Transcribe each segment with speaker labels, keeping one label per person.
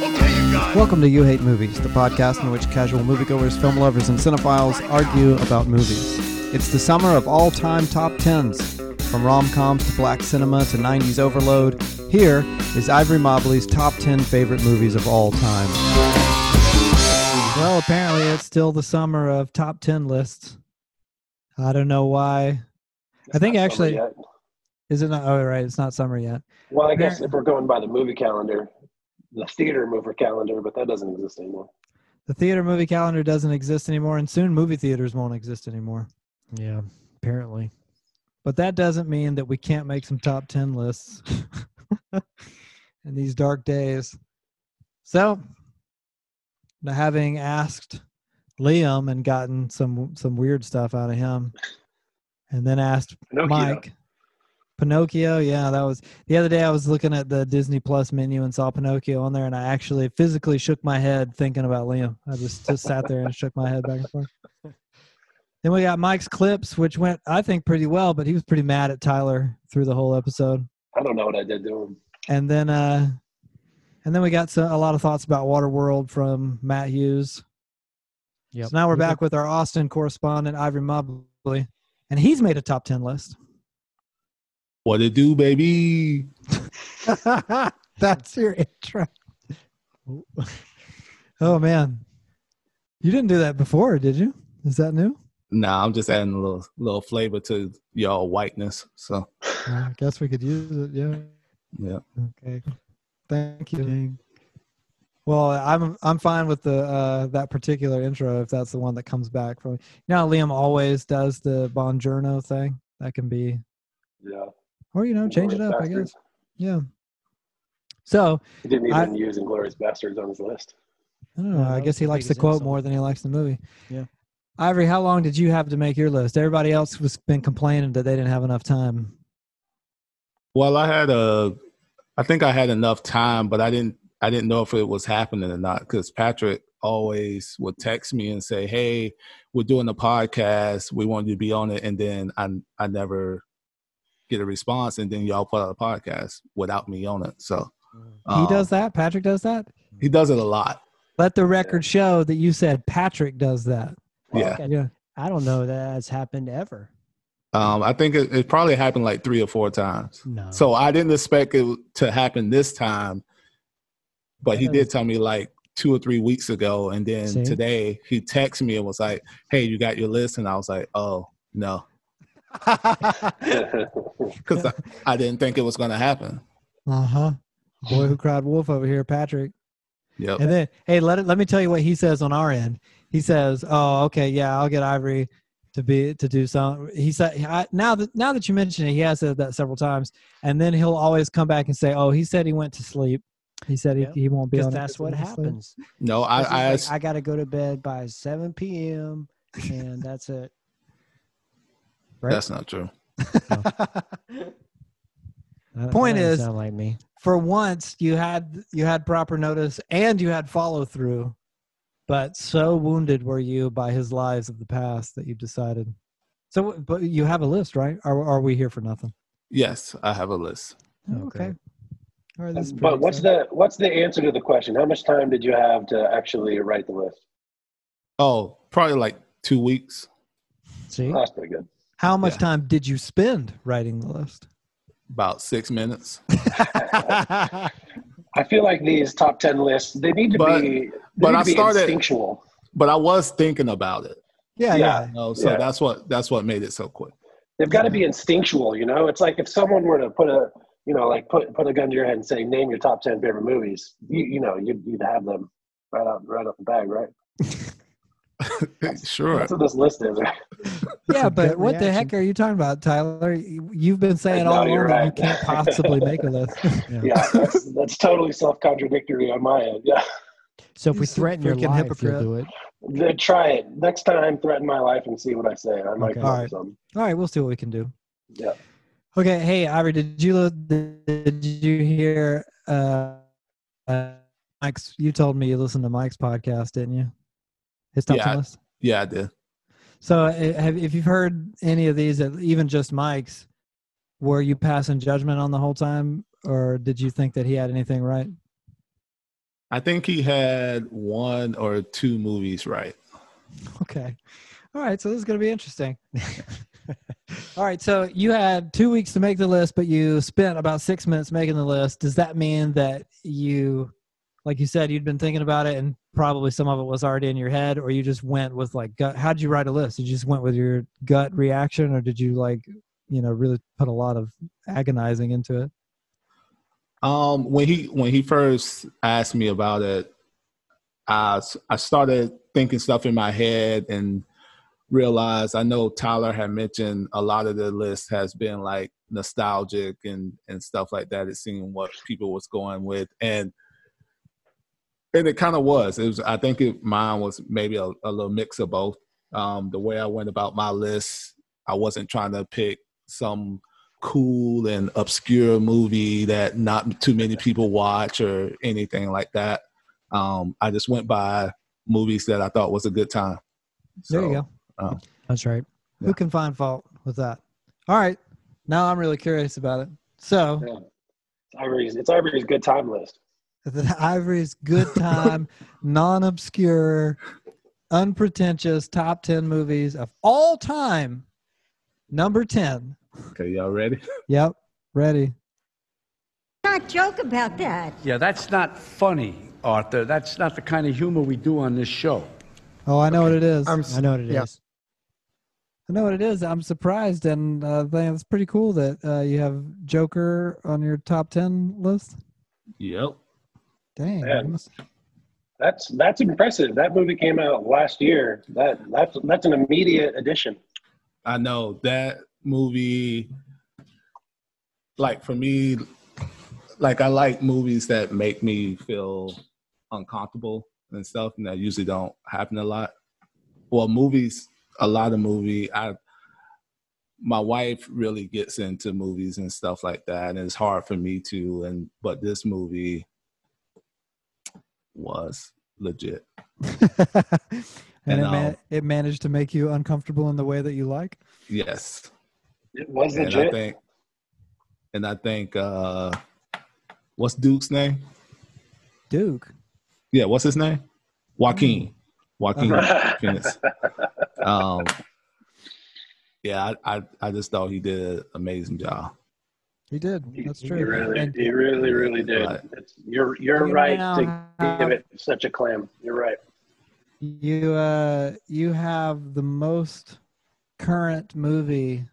Speaker 1: God.
Speaker 2: Welcome to You Hate Movies, the podcast in which casual moviegoers, film lovers, and cinephiles argue about movies. It's the summer of all time top tens, from rom coms to black cinema to 90s overload. Here is Ivory Mobley's top 10 favorite movies of all time. Well, apparently it's still the summer of top 10 lists. I don't know why. I think
Speaker 3: Not summer
Speaker 2: actually,
Speaker 3: yet.
Speaker 2: is it not? Oh, right. It's not summer yet.
Speaker 3: Well, I guess if we're going by the movie calendar, the theater mover calendar, but that doesn't exist anymore.
Speaker 2: The theater movie calendar doesn't exist anymore, and soon movie theaters won't exist anymore.
Speaker 4: Yeah, apparently.
Speaker 2: But that doesn't mean that we can't make some top 10 lists in these dark days. So, now having asked Liam and gotten some some weird stuff out of him, and then asked
Speaker 3: Pinocchio.
Speaker 2: Mike Pinocchio, yeah, that was the other day. I was looking at the Disney Plus menu and saw Pinocchio on there, and I actually physically shook my head thinking about Liam. I just just sat there and shook my head back and forth. Then we got Mike's clips, which went, I think, pretty well, but he was pretty mad at Tyler through the whole episode.
Speaker 3: I don't know what I did to him.
Speaker 2: And then, uh, and then we got so, a lot of thoughts about Waterworld from Matt Hughes.
Speaker 4: Yep.
Speaker 2: So now we're back with our Austin correspondent Ivory Mobley, and he's made a top ten list.
Speaker 5: What it do, baby?
Speaker 2: That's your intro. oh man, you didn't do that before, did you? Is that new?
Speaker 5: Nah, I'm just adding a little little flavor to y'all whiteness. So
Speaker 2: I guess we could use it. Yeah.
Speaker 5: yeah,
Speaker 2: Okay. Thank you. Well, I'm I'm fine with the uh, that particular intro if that's the one that comes back from. You know, how Liam always does the Bonjourno thing. That can be,
Speaker 3: Yeah.
Speaker 2: or you know, change it
Speaker 3: Inglourious
Speaker 2: up. I guess.
Speaker 3: Basterds.
Speaker 2: Yeah. So
Speaker 3: He didn't even
Speaker 2: I-
Speaker 3: use Inglorious Bastards on his list.
Speaker 2: I don't know.
Speaker 4: Yeah,
Speaker 2: I
Speaker 4: that
Speaker 2: guess
Speaker 4: was
Speaker 2: he
Speaker 4: the
Speaker 2: likes the
Speaker 4: biggest
Speaker 2: quote
Speaker 4: insult.
Speaker 2: more than he likes the movie.
Speaker 4: Yeah.
Speaker 2: Ivory, how long did you have to make your list? Everybody else was been complaining that they didn't have enough time.
Speaker 5: Well, I had a, I think I had enough time, but I didn't, I didn't know if it was happening or not because Patrick always would text me and say, "Hey, we're doing a podcast. We want you to be on it," and then I, I never get a response, and then y'all put out a podcast without me on it. So um,
Speaker 2: he does that. Patrick does that.
Speaker 5: He does it a lot.
Speaker 2: Let the record show that you said Patrick does that.
Speaker 5: Yeah.
Speaker 4: Okay.
Speaker 2: Yeah.
Speaker 4: I don't know that has happened ever.
Speaker 5: Um, I think it, it probably happened like three or four times.
Speaker 4: No.
Speaker 5: So I didn't expect it to happen this time, but he
Speaker 4: Yeah.
Speaker 5: did tell me like two or three weeks ago, and then
Speaker 4: See?
Speaker 5: today he texted me and was like, "Hey, you got your list?" And I was like, "Oh no,"
Speaker 3: That's
Speaker 5: because I, I didn't think it was going to happen.
Speaker 2: Uh huh. Boy who cried wolf over here, Patrick.
Speaker 5: Yep.
Speaker 2: And then, hey, let it, let me tell you what he says on our end. He says, "Oh, okay, yeah, I'll get Ivory to be to do some." He said, I, "Now that now that you mention it, he has said that several times, and then he'll always come back and say, "Oh, he said he went to sleep. He said he,
Speaker 4: Yep,
Speaker 2: he won't be on."
Speaker 4: because
Speaker 2: it
Speaker 4: that's what
Speaker 2: he went to sleep."
Speaker 4: happens.
Speaker 5: No, I,
Speaker 4: It's just
Speaker 5: I
Speaker 4: like,
Speaker 5: asked,
Speaker 4: I got to go to bed by 7 p.m. and that's it. right?
Speaker 5: that's not true.
Speaker 4: That-
Speaker 2: Point
Speaker 4: Uh, that
Speaker 2: is-
Speaker 4: doesn't sound like me.
Speaker 2: For once, you had you had proper notice and you had follow through, but so wounded were you by his lies of the past that you decided. So, but you have a list, right? Are are we here for nothing?
Speaker 5: Yes, I have a list.
Speaker 4: Oh, great.
Speaker 2: All right, that's pretty
Speaker 3: but what's
Speaker 2: exciting.
Speaker 3: the what's the answer to the question? How much time did you have to actually write the list?
Speaker 5: Oh, probably like two weeks.
Speaker 4: See?
Speaker 2: Uh,
Speaker 3: That's pretty good.
Speaker 2: How much
Speaker 5: Yeah.
Speaker 2: time did you spend writing the list?
Speaker 5: About six minutes,
Speaker 3: I feel like these top ten lists they need to
Speaker 5: But-
Speaker 3: be they
Speaker 5: but
Speaker 3: need to
Speaker 5: I
Speaker 3: be
Speaker 5: started-
Speaker 3: instinctual.
Speaker 5: but I was thinking about it.
Speaker 2: Yeah,
Speaker 3: Yeah.
Speaker 2: yeah.
Speaker 5: You know, so
Speaker 3: Yeah.
Speaker 5: that's what that's what made it so quick.
Speaker 3: They've got to be instinctual, you know. It's like if someone were to put a, you know, like put put a gun to your head and say, "Name your top ten favorite movies." You you know, you'd, you'd have them right out right off the bag, right?
Speaker 5: sure.
Speaker 3: That's what this list is. Right?
Speaker 2: Yeah,
Speaker 4: a
Speaker 2: but
Speaker 4: gut
Speaker 2: what the
Speaker 4: reaction.
Speaker 2: heck are you talking about, Tyler? You- You've been saying
Speaker 3: No,
Speaker 2: all along
Speaker 3: you're
Speaker 2: that you
Speaker 3: right.
Speaker 2: can't possibly make a list.
Speaker 3: Yeah, that's, that's totally self contradictory on my end. Yeah,
Speaker 4: So if
Speaker 2: You
Speaker 4: we
Speaker 2: sick
Speaker 4: threaten your
Speaker 2: freaking
Speaker 4: life,
Speaker 2: hypocrite.
Speaker 4: you'll do it.
Speaker 3: Then try it next time. Threaten my life and see what I say. I might
Speaker 4: Okay.
Speaker 3: come up
Speaker 2: All right.
Speaker 3: with something.
Speaker 2: All right, we'll see what we can do.
Speaker 3: Yeah.
Speaker 2: Okay. Hey, Ivory, did you li- did you hear uh, uh, Mike's? You told me you listened to Mike's podcast, didn't you? His top
Speaker 5: Yeah,
Speaker 2: ten
Speaker 5: I-
Speaker 2: list.
Speaker 5: Yeah, I did.
Speaker 2: So, uh, have, if you've heard any of these, uh, even just Mike's, were you passing judgment on the whole time, or did you think that he had anything right?
Speaker 5: I think he had one or two movies right.
Speaker 2: Okay. All right. So this is going to be interesting. All right. So you had two weeks to make the list, but you spent about six minutes making the list. Does that mean that you, like you said, you'd been thinking about it and probably some of it was already in your head, or you just went with like gut? How'd you write a list? Did you just went with your gut reaction, or did you like, you know, really put a lot of agonizing into it?
Speaker 5: Um, when he when he first asked me about it, I s- I started thinking stuff in my head and realized I know Tyler had mentioned a lot of the list has been like nostalgic and and stuff like that. It seemed what people was going with and and it kind of was. It was I think it, mine was maybe a, a little mix of both. Um, the way I went about my list, I wasn't trying to pick some cool and obscure movie that not too many people watch or anything like that. Um, I just went by movies that I thought was a good time.
Speaker 2: There you
Speaker 5: So-
Speaker 2: go.
Speaker 5: oh.
Speaker 2: That's right.
Speaker 5: Yeah.
Speaker 2: Who can find fault with that? All right. Now I'm really curious about it. So
Speaker 6: Yeah. It's Ivory's, it's Ivory's good time list.
Speaker 2: the Ivory's good time, non obscure, unpretentious top 10 movies of all time. Number 10.
Speaker 5: Okay, y'all ready?
Speaker 2: Yep. Ready.
Speaker 1: Not joke about that.
Speaker 7: Yeah, that's not funny, Arthur. That's not the kind of humor we do on this show.
Speaker 2: Oh, I know what it is.
Speaker 8: I'm
Speaker 2: i
Speaker 8: s-
Speaker 9: I know what it is.
Speaker 8: Yeah.
Speaker 2: know what it is. I'm surprised, and uh, I think it's pretty cool that uh, you have Joker on your top 10 list.
Speaker 5: Yep.
Speaker 2: Dang.
Speaker 6: Yeah.
Speaker 2: I must-
Speaker 6: That's that's impressive. That movie came out last year. That that's that's an immediate addition.
Speaker 5: I know that movie. Like for me, like I like movies that make me feel uncomfortable and stuff, and that usually don't happen a lot. Well, movies, a lot of movie. I my wife really gets into movies and stuff like that, and it's hard for me to. And but this movie was legit.
Speaker 2: and
Speaker 5: And,
Speaker 2: it, ma-
Speaker 5: um,
Speaker 2: it managed to make you uncomfortable in the way that you like.
Speaker 5: Yes.
Speaker 6: It was
Speaker 5: and I
Speaker 6: legit.
Speaker 5: think, and I think, uh, what's Duke's name?
Speaker 2: Duke.
Speaker 5: Yeah, what's his name? Joaquin. Joaquin
Speaker 6: Uh-huh.
Speaker 5: Phoenix. Um, yeah, I, I, I just thought he did an amazing job.
Speaker 2: He did. That's
Speaker 6: He-
Speaker 2: true.
Speaker 6: He really,
Speaker 2: And
Speaker 6: he really, really did.
Speaker 5: Right.
Speaker 6: It's, you're you're
Speaker 2: You
Speaker 6: right
Speaker 2: now
Speaker 6: to
Speaker 2: have-
Speaker 6: give it such a claim. You're right.
Speaker 2: you uh you have the most current movie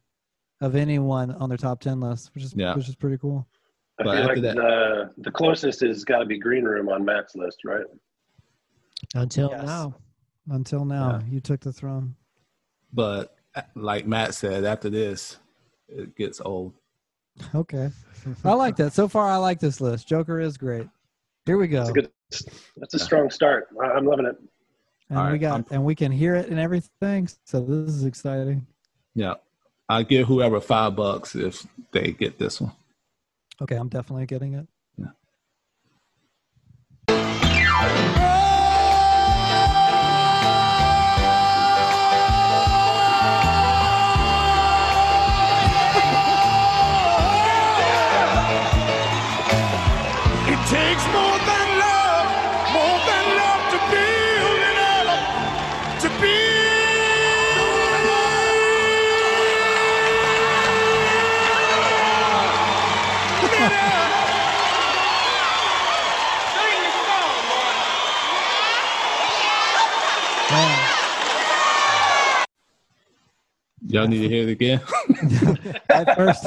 Speaker 2: of anyone on their top ten list, which is
Speaker 5: Yeah.
Speaker 2: which is pretty cool.
Speaker 6: I
Speaker 5: But
Speaker 6: feel
Speaker 5: after
Speaker 6: like
Speaker 5: that-
Speaker 6: the the closest has got to be Green Room on Matt's list, right?
Speaker 9: Until
Speaker 2: Yes.
Speaker 9: now.
Speaker 2: Until now, you took the throne.
Speaker 5: But uh, like Matt said, after this, it gets old.
Speaker 2: Okay, I like that. So far, I like this list. Joker is great. Here we go,
Speaker 6: That's a good. That's a strong start. I- I'm loving it.
Speaker 2: and
Speaker 5: All
Speaker 2: we
Speaker 5: right,
Speaker 2: got
Speaker 5: I'm-
Speaker 2: and we can hear it and everything. So this is exciting.
Speaker 5: Yeah, I give whoever five bucks if they get this one.
Speaker 2: Okay, I'm definitely getting it.
Speaker 10: It takes more than love, more than love to build it up, to build it up.
Speaker 2: Man,
Speaker 5: Y'all need to hear it again.
Speaker 2: at first,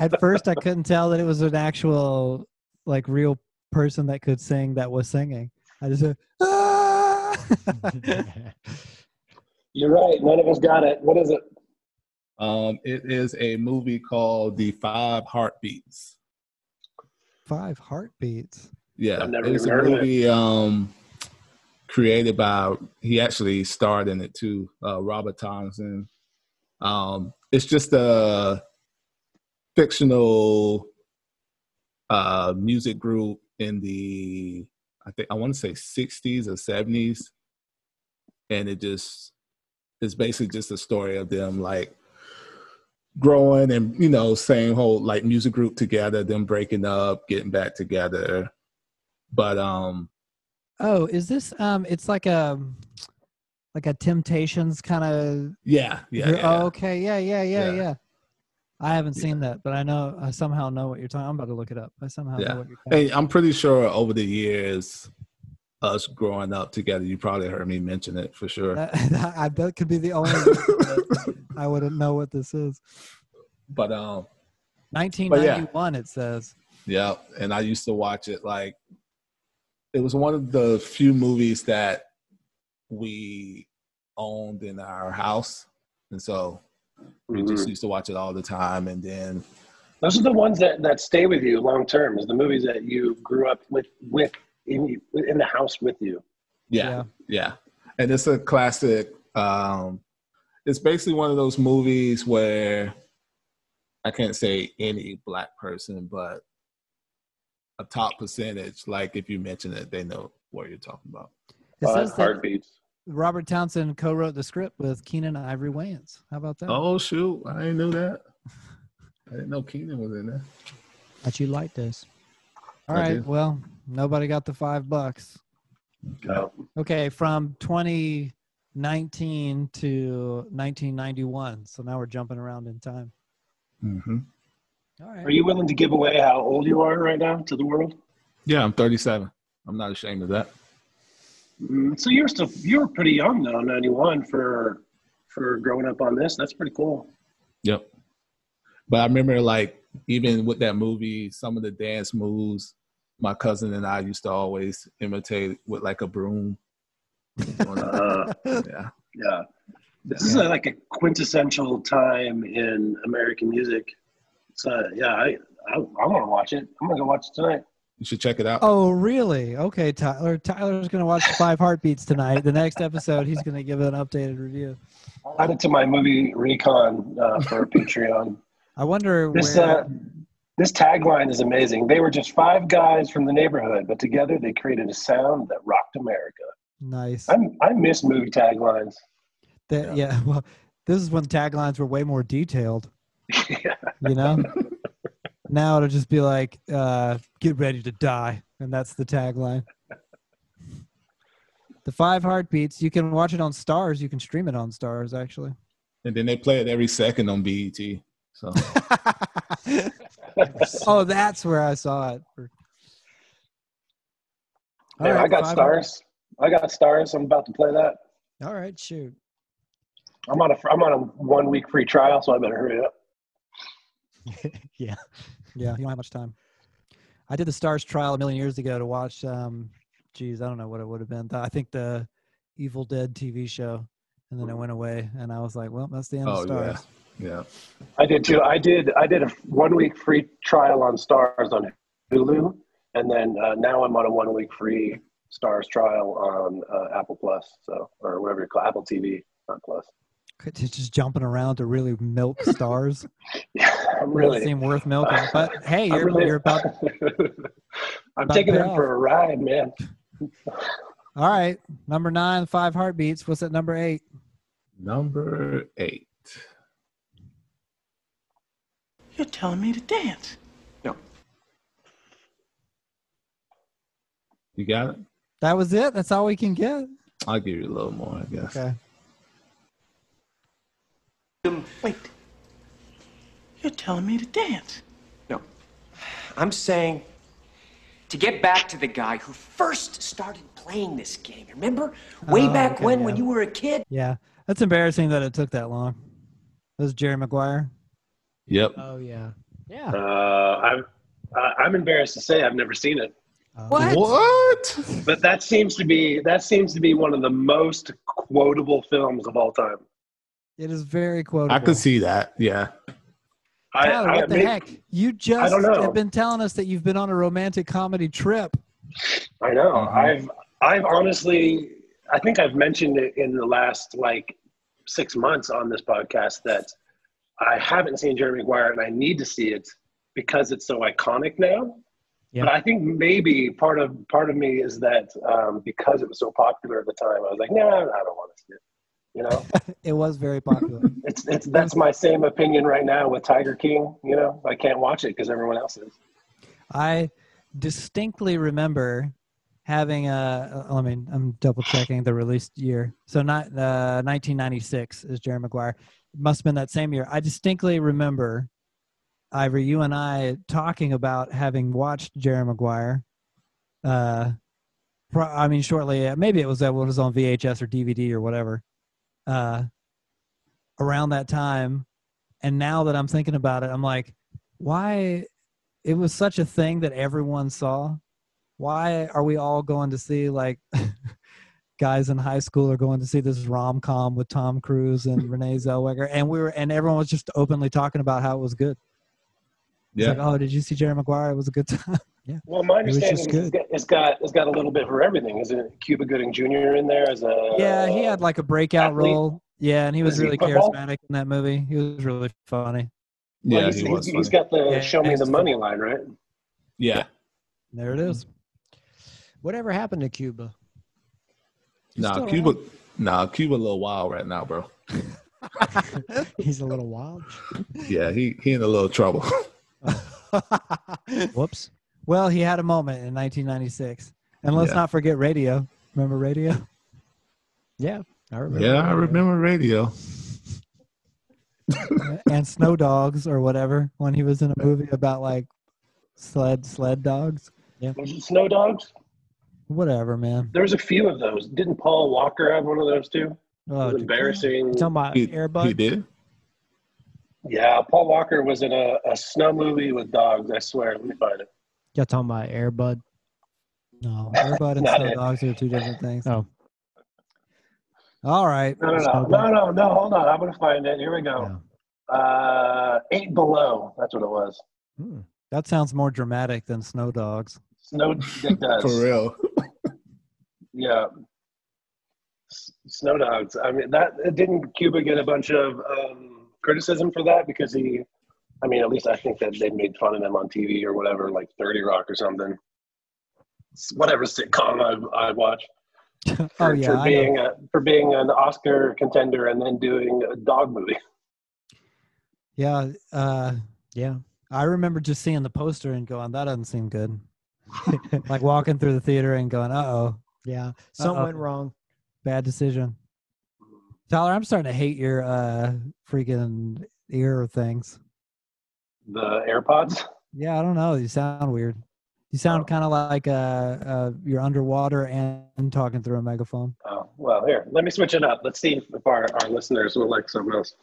Speaker 2: at first I couldn't tell that it was an actual, like, real person that could sing that was singing. I just said, ah!
Speaker 6: You're right. None of us got it. What is it?
Speaker 5: um, it is a movie called The Five Heartbeats.
Speaker 2: five heartbeats.
Speaker 5: Yeah,
Speaker 6: I've never
Speaker 5: it's
Speaker 6: even
Speaker 5: a
Speaker 6: heard of it.
Speaker 5: movie um, created by. He actually starred in it too, uh, Robert Thompson. Um, it's just a fictional uh, music group in the, I think I want to say '60s or '70s, and it just it's basically just a story of them like growing and you know same whole like music group together then breaking up getting back together but um
Speaker 2: Oh, is this um? It's like a like a Temptations kind of.
Speaker 5: yeah yeah, yeah.
Speaker 2: Oh, okay. Yeah, yeah, yeah,
Speaker 5: Yeah.
Speaker 2: yeah. I haven't
Speaker 5: Yeah.
Speaker 2: seen that, but I know I somehow know what you're talking. I'm about to look it up. I somehow
Speaker 5: Yeah.
Speaker 2: know what you're talking.
Speaker 5: Hey, I'm pretty sure over the years, us growing up together, you probably heard me mention it for sure.
Speaker 2: That, that, I- that could be the only. reason that I wouldn't know what this is.
Speaker 5: but um,
Speaker 2: 1991. It says.
Speaker 5: yeah, and I used to watch it like it was one of the few movies that we owned in our house, and so
Speaker 6: Mm-hmm.
Speaker 5: we just used to watch it all the time. And then
Speaker 3: Those are the ones that, that stay with you long term. Is the movies that you grew up with with in in the house with you.
Speaker 5: yeah, yeah, and it's a classic. Um, it's basically one of those movies where I can't say any black person, but a top percentage. Like if you mention it, they know what you're talking about.
Speaker 2: It
Speaker 3: Uh,
Speaker 2: says that
Speaker 3: heartbeats.
Speaker 2: Robert Townsend co-wrote the script with Keenan Ivory Wayans. How about that?
Speaker 5: Oh shoot, I didn't know that. I didn't know Keenan was in there.
Speaker 4: But you like this.
Speaker 2: All
Speaker 5: I
Speaker 2: right.
Speaker 5: do.
Speaker 2: Well, nobody got the five bucks.
Speaker 3: No.
Speaker 2: Okay, from 2019 to 1991. So now we're jumping around in time.
Speaker 5: Mm-hmm.
Speaker 2: All
Speaker 3: Are
Speaker 2: right.
Speaker 3: you willing to give away how old you are right now to the world?
Speaker 5: Yeah, I'm 37. I'm not ashamed of that.
Speaker 3: Mm, So you're still you're pretty young though, ninety one for for growing up on this. That's pretty cool.
Speaker 5: Yep. But I remember, like, even with that movie, some of the dance moves my cousin and I used to always imitate with like a broom.
Speaker 3: Uh,
Speaker 5: yeah.
Speaker 3: yeah, this is a, like a quintessential time in American music. So yeah, I I, I want to watch it. I'm gonna go watch it tonight.
Speaker 5: You should check it out.
Speaker 2: Oh, really? Okay, Tyler. Tyler's going to watch Five Heartbeats tonight. The next episode, he's going to give an updated review.
Speaker 3: I'll add it to my movie recon uh, for Patreon.
Speaker 2: I wonder
Speaker 3: This
Speaker 2: where.
Speaker 3: uh, this tagline is amazing. They were just five guys from the neighborhood, but together they created a sound that rocked America.
Speaker 2: nice.
Speaker 3: I'm, I miss movie taglines.
Speaker 2: That, yeah. Well, this is when taglines were way more detailed,
Speaker 3: yeah.
Speaker 2: you know? now it'll just be like, uh, get ready to die. And that's the tagline. The Five Heartbeats. You can watch it on Stars. You can stream it on Stars, actually.
Speaker 5: And then they play it every second on BET. So
Speaker 2: oh, that's where I saw it. For-
Speaker 3: Man, I got
Speaker 2: five-
Speaker 3: stars. I got stars. I'm about to play that.
Speaker 4: All right, shoot.
Speaker 3: I'm on a fr- I'm on a one week free trial, so I better hurry up.
Speaker 4: yeah.
Speaker 2: Yeah, you don't have much time. I did the Stars trial a million years ago to watch. Um, geez, I don't know what it would have been. I think the Evil Dead TV show, and then it went away, and I was like, well, that's the end
Speaker 5: Oh,
Speaker 2: of Stars.
Speaker 5: yeah.
Speaker 3: I did too. I did. I did a one week free trial on stars on Hulu, and then uh, now I'm on a one week free stars trial on uh, Apple Plus, so or whatever you call Apple TV, not Plus.
Speaker 2: Could- It's just jumping around to really milk Stars.
Speaker 3: Yeah, I'm
Speaker 2: Doesn't
Speaker 3: really.
Speaker 2: seem worth milking. But hey,
Speaker 3: I'm
Speaker 2: you're,
Speaker 3: really.
Speaker 2: you're about.
Speaker 3: I'm
Speaker 2: about
Speaker 3: taking
Speaker 2: to
Speaker 3: them
Speaker 2: off.
Speaker 3: for a ride, man.
Speaker 2: All right, number nine, Five Heartbeats. What's at number eight?
Speaker 5: Number eight.
Speaker 11: You're telling me to dance.
Speaker 5: You got it?
Speaker 2: That was it. That's all we can get.
Speaker 5: I'll give you a little more, I guess.
Speaker 2: Okay.
Speaker 11: Wait. You're telling me to dance.
Speaker 10: No. I'm saying to get back to the guy who first started playing this game. Remember? Way
Speaker 2: Oh,
Speaker 10: back
Speaker 2: okay,
Speaker 10: when, when
Speaker 2: yeah.
Speaker 10: you were a kid?
Speaker 2: Yeah, that's embarrassing that it took that long. That was Jerry Maguire.
Speaker 5: Yep.
Speaker 4: Oh yeah.
Speaker 2: Yeah.
Speaker 3: Uh, I'm. Uh, I'm embarrassed to say I've never seen it.
Speaker 10: What?
Speaker 5: What?
Speaker 3: But that seems to be that seems to be one of the most quotable films of all time.
Speaker 2: It is very quotable.
Speaker 5: I could see that. Yeah.
Speaker 3: I,
Speaker 2: Tyler,
Speaker 3: I
Speaker 2: what the
Speaker 3: admit-
Speaker 2: heck? You just
Speaker 3: don't know.
Speaker 2: have been telling us that you've been on a romantic comedy trip.
Speaker 3: I know.
Speaker 5: Mhm.
Speaker 3: I've I've honestly I think I've mentioned it in the last like six months on this podcast that I haven't seen Jerry Maguire and I need to see it because it's so iconic now.
Speaker 4: Yeah.
Speaker 3: But I think maybe part of part of me is that um, because it was so popular at the time, I was like, no, I don't want to see it. You know,
Speaker 2: It was very popular.
Speaker 3: it's it's that's my same opinion right now with Tiger King. You know, I can't watch it because everyone else is.
Speaker 2: I distinctly remember having a. I mean, I'm double checking the release year. So not uh, 1996 is Jerry Maguire. It must have been that same year. I distinctly remember, Ivory, you and I talking about having watched Jerry Maguire. Uh, pro- I mean, shortly uh, maybe it was that what was on VHS or DVD or whatever. Uh, around that time, and now that I'm thinking about it, I'm like, why it was such a thing that everyone saw. Why are we all going to see like guys in high school are going to see this rom com with Tom Cruise and Renee Zellweger, and we were and everyone was just openly talking about how it was good. It's
Speaker 5: Yeah.
Speaker 2: like, oh, did you see Jerry Maguire? It was a good time.
Speaker 3: Well, my
Speaker 2: It was
Speaker 3: understanding
Speaker 2: just
Speaker 3: is it's
Speaker 2: good.
Speaker 3: got, it's got it's got a little bit for everything. Is it Cuba Gooding Jr. in there as a?
Speaker 2: yeah, he had like a breakout
Speaker 3: athlete.
Speaker 2: role. Yeah, and he was
Speaker 3: Was Oh, he
Speaker 2: really
Speaker 3: football?
Speaker 2: charismatic in that movie. He was really funny.
Speaker 3: Well,
Speaker 5: Yeah,
Speaker 3: he's,
Speaker 5: he
Speaker 3: he's-
Speaker 5: was.
Speaker 3: he's
Speaker 5: funny.
Speaker 3: got the
Speaker 2: Yeah,
Speaker 3: show me
Speaker 2: he's
Speaker 3: the
Speaker 2: funny.
Speaker 3: money line, right?
Speaker 5: Yeah.
Speaker 2: There it is.
Speaker 4: Whatever happened to Cuba? He's
Speaker 5: Nah,
Speaker 4: still
Speaker 5: Cuba. Nah, Cuba a little wild right now, bro.
Speaker 4: He's a little wild.
Speaker 5: Yeah, he he in a little trouble.
Speaker 4: Whoops.
Speaker 2: Well, he had a moment in 1996, and let's
Speaker 5: Yeah.
Speaker 2: not forget Radio. Remember Radio?
Speaker 4: Yeah, I remember.
Speaker 5: yeah, I remember radio.
Speaker 2: and snow dogs or whatever when he was in a movie about like sled sled dogs
Speaker 3: Was it Snow Dogs?
Speaker 2: whatever man
Speaker 3: There was a few of those. Didn't Paul Walker have one of those too? It
Speaker 2: oh,
Speaker 3: was
Speaker 2: dude.
Speaker 3: embarrassing.
Speaker 4: You talking about
Speaker 5: He, he
Speaker 4: Airbud?
Speaker 5: did.
Speaker 3: Yeah, Paul Walker was in a, a snow movie with dogs. I swear, let me find it.
Speaker 4: Y'all talking about Airbud?
Speaker 2: no airbud and
Speaker 3: Not
Speaker 2: snow
Speaker 3: it.
Speaker 2: dogs are two different things
Speaker 4: Oh.
Speaker 2: all right
Speaker 3: No, no, no, no, no, no. Hold on, I'm gonna find it. Here we go. Uh, Eight Below. That's what it was.
Speaker 4: Hmm.
Speaker 2: that sounds more dramatic than snow dogs Oh,
Speaker 3: Snow. It does.
Speaker 5: For real.
Speaker 3: Yeah. S- Snow Dogs. I mean, that didn't Cuba get a bunch of um, criticism for that because he, I mean, at least I think that they made fun of them on TV or whatever, like Thirty Rock or something. S- Whatever sitcom I, I watch for,
Speaker 2: oh yeah
Speaker 3: for
Speaker 2: I know.
Speaker 3: being a, for being an Oscar contender and then doing a dog movie.
Speaker 2: yeah uh
Speaker 4: Yeah.
Speaker 2: i remember just seeing the poster and going that doesn't seem good like walking through the theater and going uh-oh
Speaker 4: Yeah. Something
Speaker 2: Uh-oh.
Speaker 4: went wrong.
Speaker 2: Bad decision. Tyler, I'm starting to hate your uh freaking ear things.
Speaker 3: The AirPods.
Speaker 2: Yeah, I don't know. You sound weird. You
Speaker 5: Oh.
Speaker 2: sound kind of like uh, uh you're underwater and talking through a megaphone.
Speaker 3: Oh, well, here, let me switch it up. Let's see if our, our listeners will like something else.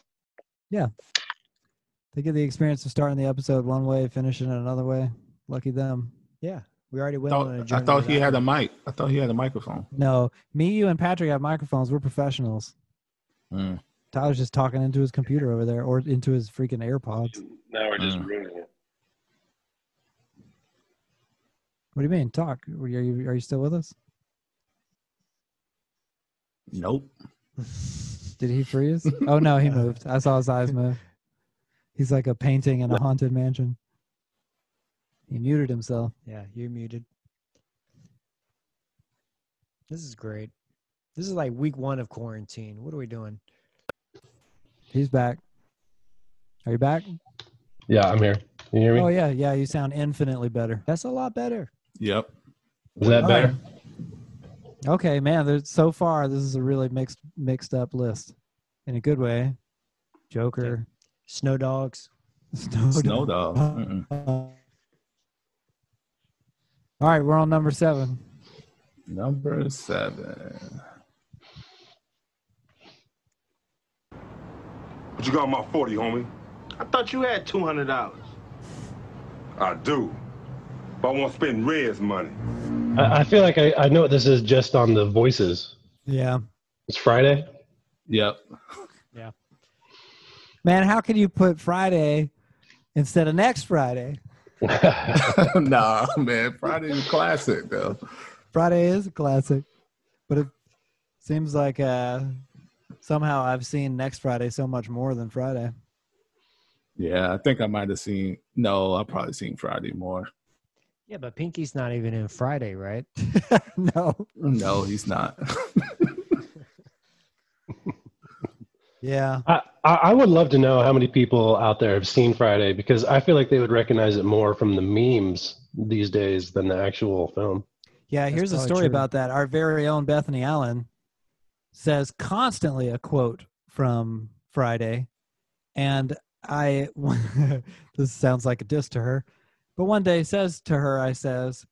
Speaker 2: They get the experience of starting the episode one way, finishing it another way. Lucky them.
Speaker 4: Yeah. We already went on a
Speaker 5: Thought, I
Speaker 4: journey
Speaker 5: thought he
Speaker 4: without
Speaker 5: had a
Speaker 4: him.
Speaker 5: mic. I thought he had a microphone.
Speaker 2: No, me, you, and Patrick have microphones. We're professionals.
Speaker 5: Mm.
Speaker 2: Tyler's just talking into his computer over there or into his freaking AirPods.
Speaker 3: Now we're just
Speaker 5: Mm.
Speaker 3: ruining it.
Speaker 2: What do you mean? Talk. Are you, are you still with us?
Speaker 5: Nope.
Speaker 2: Did he freeze? Oh no, he moved. I saw his eyes move. He's like a painting in a haunted mansion. He muted himself.
Speaker 4: Yeah, you're muted. This is great. This is like week one of quarantine. What are we doing?
Speaker 2: He's back. Are you back?
Speaker 3: Yeah, I'm here. Can you hear me?
Speaker 2: Oh yeah, yeah. You sound infinitely better.
Speaker 4: That's a lot better.
Speaker 5: Yep.
Speaker 3: Is that
Speaker 2: All right.
Speaker 3: better?
Speaker 2: Okay, man. There's so far this is a really mixed mixed up list, in a good way. Joker,
Speaker 4: Snow dogs.
Speaker 2: Snow,
Speaker 5: Snow dog. Mm-mm.
Speaker 2: All right, we're on number seven.
Speaker 5: Number seven.
Speaker 10: But you got my 40, homie. I thought you had $200. I do. But I won't spend Red's money.
Speaker 12: I, I feel like I, I know what this is just on the voices.
Speaker 2: Yeah,
Speaker 12: It's Friday.
Speaker 5: Yep.
Speaker 2: man. How can you put Friday instead of next Friday?
Speaker 5: nah, man. Friday is a classic though.
Speaker 2: Friday is a classic, but it seems like uh, somehow I've seen next Friday so much more than Friday.
Speaker 5: Yeah, I think I might have seen. No, I probably seen Friday more.
Speaker 4: Yeah, but Pinky's not even in Friday, right?
Speaker 2: no,
Speaker 5: No, he's not.
Speaker 2: Yeah.
Speaker 3: I, I I would love to know how many people out there have seen Friday because I feel like they would recognize it more from the memes these days than the actual film.
Speaker 2: Yeah,
Speaker 3: That's
Speaker 2: here's a
Speaker 3: probably
Speaker 2: story
Speaker 3: true.
Speaker 2: about that. Our very own Bethany Allen says constantly a quote from Friday, and I. this sounds like a diss to her, but one day says to her, I says,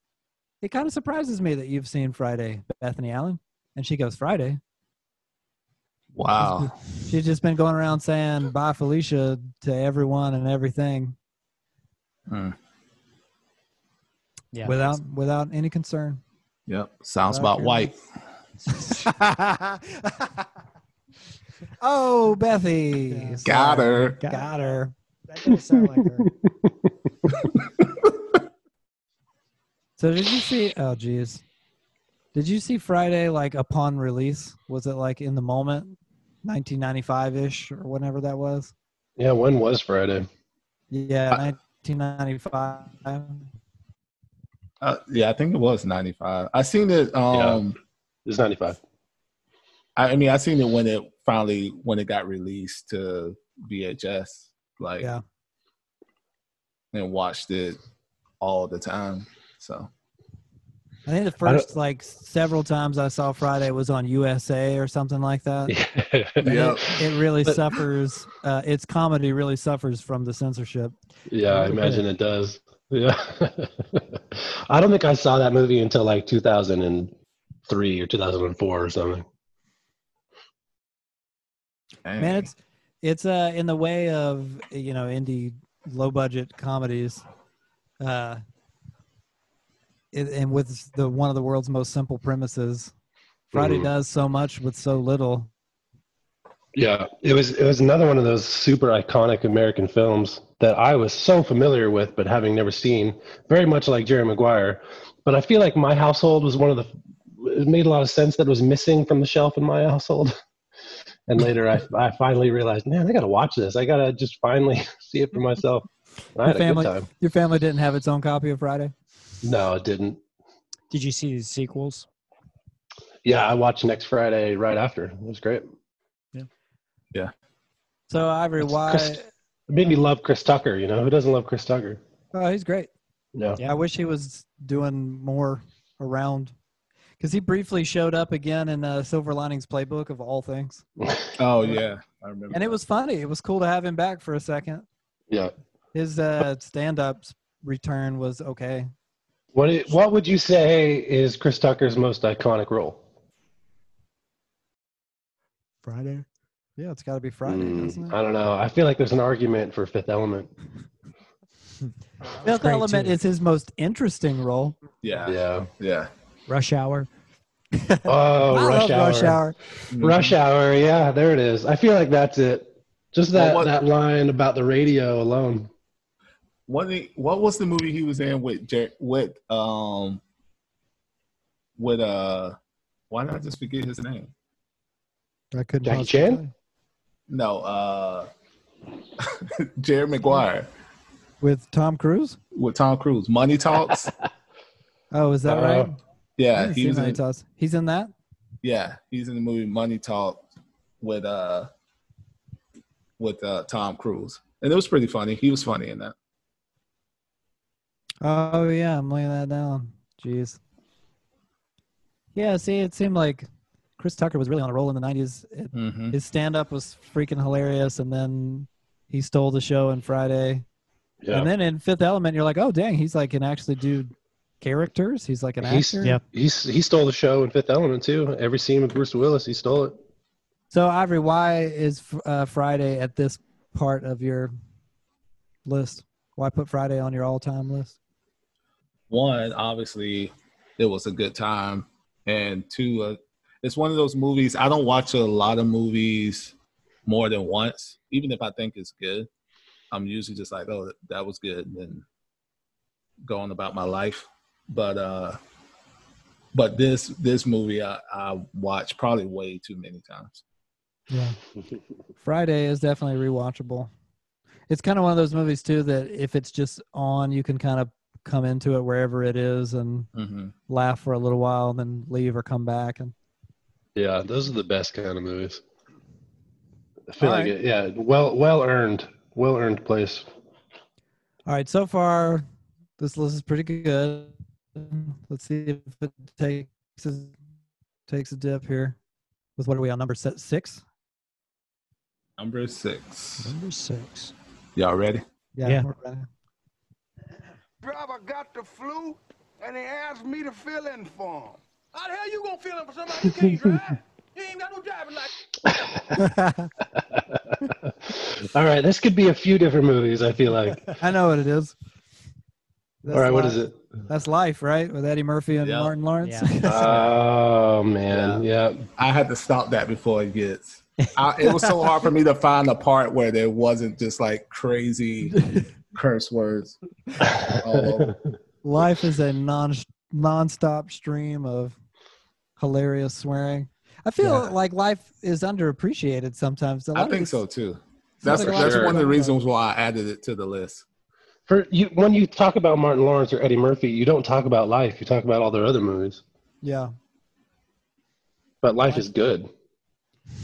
Speaker 2: "It kind of surprises me that you've seen Friday, Bethany Allen," and she goes, "Friday."
Speaker 5: Wow.
Speaker 2: She's just been going around saying bye Felicia to everyone and everything
Speaker 5: Hmm.
Speaker 9: Yeah.
Speaker 2: without without any concern.
Speaker 5: Yep. Sounds
Speaker 2: Well,
Speaker 5: about white.
Speaker 2: Oh, Bethy.
Speaker 5: Got her.
Speaker 2: Got, her.
Speaker 9: That doesn't sound like her.
Speaker 2: So did you see oh geez. Did you see Friday like upon release? Was it like in the moment? Nineteen ninety five ish or whatever that was?
Speaker 3: Yeah, when was Friday?
Speaker 2: Yeah, nineteen ninety five.
Speaker 5: Uh, yeah, I think it was 95. I seen it. Um,
Speaker 3: It was 95.
Speaker 5: I, I mean, I seen it when it finally when it got released to VHS, like,
Speaker 2: Yeah.
Speaker 5: and watched it all the time. So
Speaker 2: I think the
Speaker 5: I don't-
Speaker 2: first like several times I saw Friday was on USA or something like that. And
Speaker 5: Yep.
Speaker 2: it, it really
Speaker 5: But-
Speaker 2: suffers. Uh, its comedy really suffers from the censorship.
Speaker 3: Yeah, I
Speaker 2: Okay.
Speaker 3: imagine it does. Yeah. I don't think I saw that movie until like 2003 or 2004 or something.
Speaker 2: Man, it's it's uh, in the way of you know indie low budget comedies, uh, it, and with the one of the world's most simple premises. Friday
Speaker 3: Mhm.
Speaker 2: does so much with so little.
Speaker 3: Yeah, it was it was another one of those super iconic American films that I was so familiar with, but having never seen. Very much like Jerry Maguire, but I feel like my household was one of the. It made a lot of sense that it was missing from the shelf in my household, and later I I finally realized, man, I gotta watch this. I gotta just finally see it for myself. And
Speaker 2: Your
Speaker 3: I had a good
Speaker 2: family,
Speaker 3: time.
Speaker 2: your family didn't have its own copy of Friday.
Speaker 3: No, it didn't.
Speaker 9: Did you see the sequels?
Speaker 3: Yeah, I watched next Friday right after. It was great.
Speaker 2: So Ivory, why?
Speaker 3: Chris- It made me love Chris Tucker. You know who doesn't love Chris Tucker?
Speaker 2: Oh, he's great.
Speaker 3: No.
Speaker 2: Yeah, I wish he was doing more around because he briefly showed up again in uh, Silver Linings Playbook of all things,
Speaker 5: oh yeah, I remember.
Speaker 2: and it was funny. It was cool to have him back for a second.
Speaker 3: Yeah.
Speaker 2: His uh, stand-up return was okay.
Speaker 3: What i- What would you say is Chris Tucker's most iconic role?
Speaker 2: Friday. Yeah, it's got to be Friday,
Speaker 5: Hmm.
Speaker 3: Mm,
Speaker 2: doesn't it?
Speaker 3: I don't know. I feel like there's an argument for Fifth Element.
Speaker 2: Fifth
Speaker 9: great,
Speaker 2: Element
Speaker 9: too.
Speaker 2: is his most interesting role.
Speaker 5: yeah, yeah,
Speaker 3: Yeah.
Speaker 9: Rush Hour.
Speaker 3: Oh,
Speaker 2: I
Speaker 3: Rush
Speaker 2: love
Speaker 3: Hour.
Speaker 2: Rush Hour.
Speaker 5: Mm-hmm.
Speaker 3: Rush Hour, Yeah, there it is. I feel like that's it. Just that
Speaker 5: Well, what-
Speaker 3: that line about the radio alone.
Speaker 5: What the- what was the movie he was in with Jer- with um with uh why did I just forget his name?
Speaker 2: I couldn't.
Speaker 3: Jackie
Speaker 2: possibly
Speaker 3: Chan?
Speaker 2: tell you.
Speaker 5: No, uh Jerry Maguire
Speaker 2: with Tom Cruise.
Speaker 5: with Tom Cruise. Money Talks.
Speaker 2: Oh, is that
Speaker 3: Uh,
Speaker 2: right? I
Speaker 5: Yeah,
Speaker 2: didn't
Speaker 5: he
Speaker 2: see
Speaker 5: was
Speaker 2: Money
Speaker 5: in,
Speaker 2: Talks. He's in that.
Speaker 5: yeah, he's in the movie Money Talks with uh with uh Tom Cruise. And it was pretty funny. He was funny in that.
Speaker 2: Oh yeah, I'm laying that down. Jeez. Yeah, see, it seemed like Chris Tucker was really on a roll in the '90s. It-
Speaker 5: Mhm.
Speaker 2: His stand-up was freaking hilarious, and then he stole the show in Friday,
Speaker 3: Yeah.
Speaker 2: and then in Fifth Element, you're like, oh dang, he's like can actually do characters. He's like an
Speaker 3: He's-
Speaker 2: actor.
Speaker 9: Yep.
Speaker 3: He's he stole the show in Fifth Element too. Every scene with Bruce Willis, he stole it.
Speaker 2: So Ivory, why is uh, Friday at this part of your list? Why put Friday on your all-time list?
Speaker 5: one obviously it was a good time and two uh, it's one of those movies i don't watch a lot of movies more than once even if i think it's good i'm usually just like oh that was good and then go on about my life but uh but this this movie i i watched probably way too many times
Speaker 2: Yeah. Friday is definitely rewatchable. It's kind of one of those movies too that if it's just on, you can kind of come into it wherever it is and
Speaker 5: hmm
Speaker 2: laugh for a little while, and then leave or come back. And
Speaker 3: Yeah, those are the best kind of movies. I feel
Speaker 2: All
Speaker 3: like
Speaker 2: right.
Speaker 3: it. Yeah, well, well earned, well earned place.
Speaker 2: All right, so far this list is pretty good. Let's see if it takes us takes a dip here. With what are we on number set six?
Speaker 5: Number six.
Speaker 9: Number six.
Speaker 5: Y'all ready?
Speaker 2: Yeah. we're ready.
Speaker 13: Driver got the flu, and they asked me to fill in for him. How the hell you gonna fill in for somebody who can't drive? You ain't got no driving license.
Speaker 3: All right, this could be a few different movies. I feel like.
Speaker 2: I know what it is.
Speaker 3: All right,
Speaker 2: That's
Speaker 3: what is
Speaker 2: Life-
Speaker 3: it?
Speaker 2: That's life, right? With Eddie Murphy and
Speaker 5: Yeah.
Speaker 2: Martin Lawrence.
Speaker 3: Oh man, yeah.
Speaker 5: I had to stop that before it gets. I, it was so hard for me to find a part where there wasn't just like crazy curse words. Um, all over.
Speaker 2: life is a non nonstop stream of hilarious swearing. I feel
Speaker 5: Yeah.
Speaker 2: like life is underappreciated sometimes. A lot
Speaker 5: I
Speaker 2: of
Speaker 5: think
Speaker 2: it's-
Speaker 5: so too.
Speaker 2: Sounds
Speaker 5: That's
Speaker 2: like a lot
Speaker 5: that's
Speaker 2: of
Speaker 5: one of the
Speaker 2: people-
Speaker 5: reasons why I added it to the list.
Speaker 3: For you, when you talk about Martin Lawrence or Eddie Murphy, you don't talk about Life. You talk about all their other movies.
Speaker 2: Yeah.
Speaker 3: But Life is good.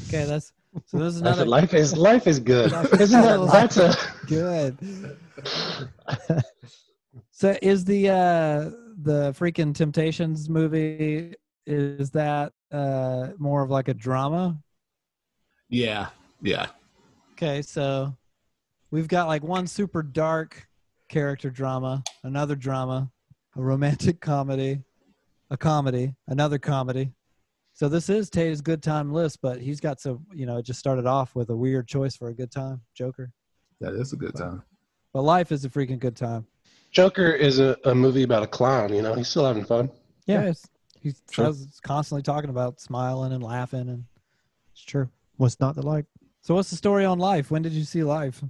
Speaker 2: Okay, that's so. This is
Speaker 3: I
Speaker 2: another
Speaker 3: said, life is life is good. Isn't that that's a
Speaker 2: good. so is the uh the freaking Temptations movie is that uh more of like a drama?
Speaker 5: Yeah, yeah.
Speaker 2: Okay, so we've got like one super dark character drama, another drama, a romantic comedy, a comedy, another comedy. So this is Tay's good time list, but he's got some, you know, it just started off with a weird choice for a good time, Joker.
Speaker 5: That is a good time.
Speaker 2: But life is a freaking good time.
Speaker 3: Joker is a, a movie about a clown. You know, he's still having fun.
Speaker 2: Yeah, it's, he's
Speaker 3: True.
Speaker 2: I was constantly talking about smiling and laughing, and it's true.
Speaker 9: What's not to like?
Speaker 2: So, what's the story on life? When did you see life?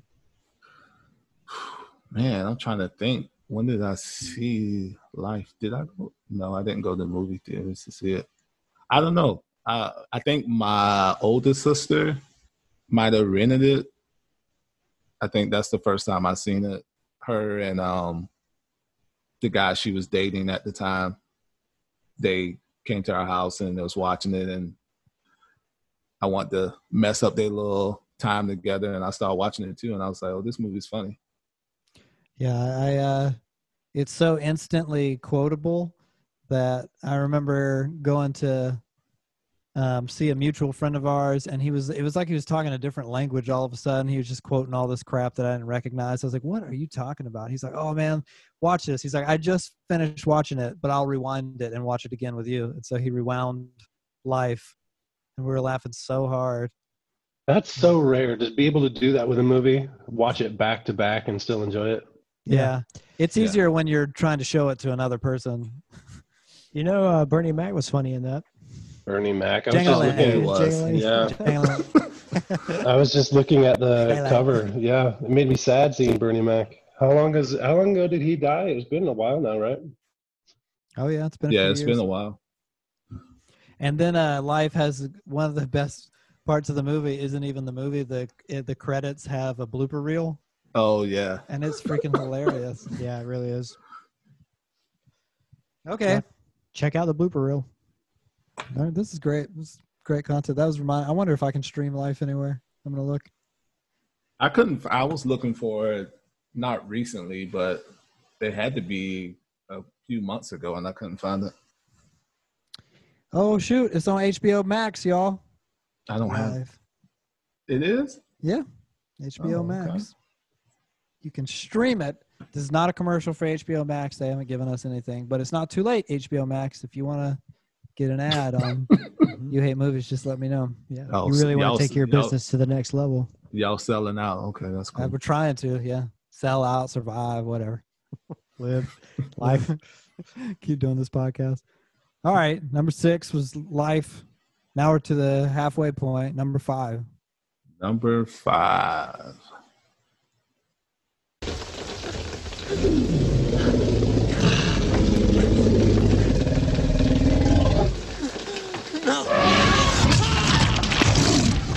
Speaker 5: Man, I'm trying to think. When did I see Life? Did I go? No, I didn't go to the movie theaters to see it. I don't know. Uh, I think my older sister might have rented it. I think that's the first time I seen it. Her and um, the guy she was dating at the time, they came to our house and was watching it, and I want to mess up their little time together, and I started watching it too, and I was like, "Oh, this movie's funny."
Speaker 2: Yeah, I. Uh, it's so instantly quotable that I remember going to um, see a mutual friend of ours, and he was. It was like he was talking a different language all of a sudden. He was just quoting all this crap that I didn't recognize. I was like, "What are you talking about?" He's like, "Oh man, watch this." He's like, "I just finished watching it, but I'll rewind it and watch it again with you." And so he rewound Life, and we were laughing so hard.
Speaker 3: That's so rare to be able to do that with a movie, watch it back to back, and still enjoy it.
Speaker 2: Yeah. It's
Speaker 3: Yeah.
Speaker 2: easier when you're trying to show it to another person.
Speaker 9: You know, uh, Bernie Mac was funny in that.
Speaker 3: Bernie Mac. I was just
Speaker 2: Django
Speaker 3: looking.
Speaker 2: Unchained.
Speaker 3: Yeah.
Speaker 2: Django-
Speaker 3: I was just looking at the
Speaker 2: Daylight.
Speaker 3: cover. Yeah, it made me sad seeing Bernie Mac. How long is how long ago did he die? It's been a while now, right?
Speaker 2: oh yeah, it's been. A
Speaker 5: yeah,
Speaker 2: few
Speaker 5: it's
Speaker 2: years.
Speaker 5: been a while.
Speaker 2: And then uh, life has one of the best parts of the movie. Isn't even the movie the it, the credits have a blooper reel,
Speaker 5: Oh yeah.
Speaker 2: and it's freaking hilarious.
Speaker 9: Yeah, it really is.
Speaker 2: Okay,
Speaker 9: Check out the blooper reel.
Speaker 2: All right, this is great. This is great content. That was remind. I wonder if I can stream life anywhere. I'm gonna look.
Speaker 5: I couldn't. I was looking for it not recently, but it had to be a few months ago, and I couldn't find it.
Speaker 2: Oh shoot, it's on HBO Max, y'all.
Speaker 5: I
Speaker 3: Oh,
Speaker 5: don't have
Speaker 2: Live.
Speaker 5: it. It is.
Speaker 2: Yeah, HBO
Speaker 5: Oh, okay.
Speaker 2: Max. You can stream it. This is not a commercial for HBO Max. They haven't given us anything, but it's not too late, HBO Max. If you want to get an ad on You Hate Movies, just let me know. Uh,
Speaker 9: Yeah,
Speaker 5: Mm-hmm. Oh,
Speaker 9: you
Speaker 5: so
Speaker 9: really want
Speaker 5: y'all-
Speaker 9: to take your
Speaker 5: y'all-
Speaker 9: business to the next level.
Speaker 5: Y'all selling out? Okay, that's
Speaker 2: Uh,
Speaker 5: cool.
Speaker 2: We're trying to, yeah. Sell out, survive, whatever.
Speaker 9: Live life.
Speaker 2: Keep doing this podcast. All right. Number six was life. Now we're to the halfway point. Number five.
Speaker 5: Number five.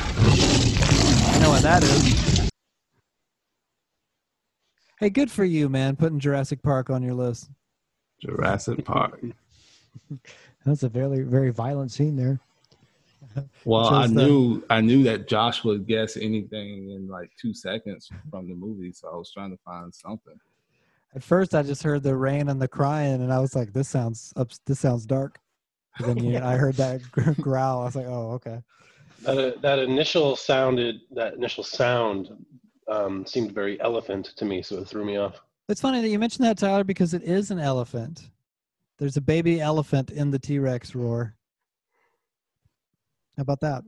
Speaker 2: I know what that is. Hey, good for you, man, putting Jurassic Park on your list.
Speaker 5: Jurassic Park.
Speaker 9: That's a very, very violent scene there.
Speaker 5: Well,
Speaker 2: Chose
Speaker 5: I
Speaker 2: the-
Speaker 5: knew I knew that Josh would guess anything in like two seconds from the movie, so I was trying to find something.
Speaker 2: At first, I just heard the rain and the crying, and I was like, "This sounds ups- this sounds dark." And then you, I heard that gr- growl. I was like, "Oh, okay."
Speaker 3: That, uh, that initial sounded that initial sound um, seemed very elephant to me, so it threw me off.
Speaker 2: It's funny that you mentioned that, Tyler, because it is an elephant. There's a baby elephant in the T Rex roar. How about that?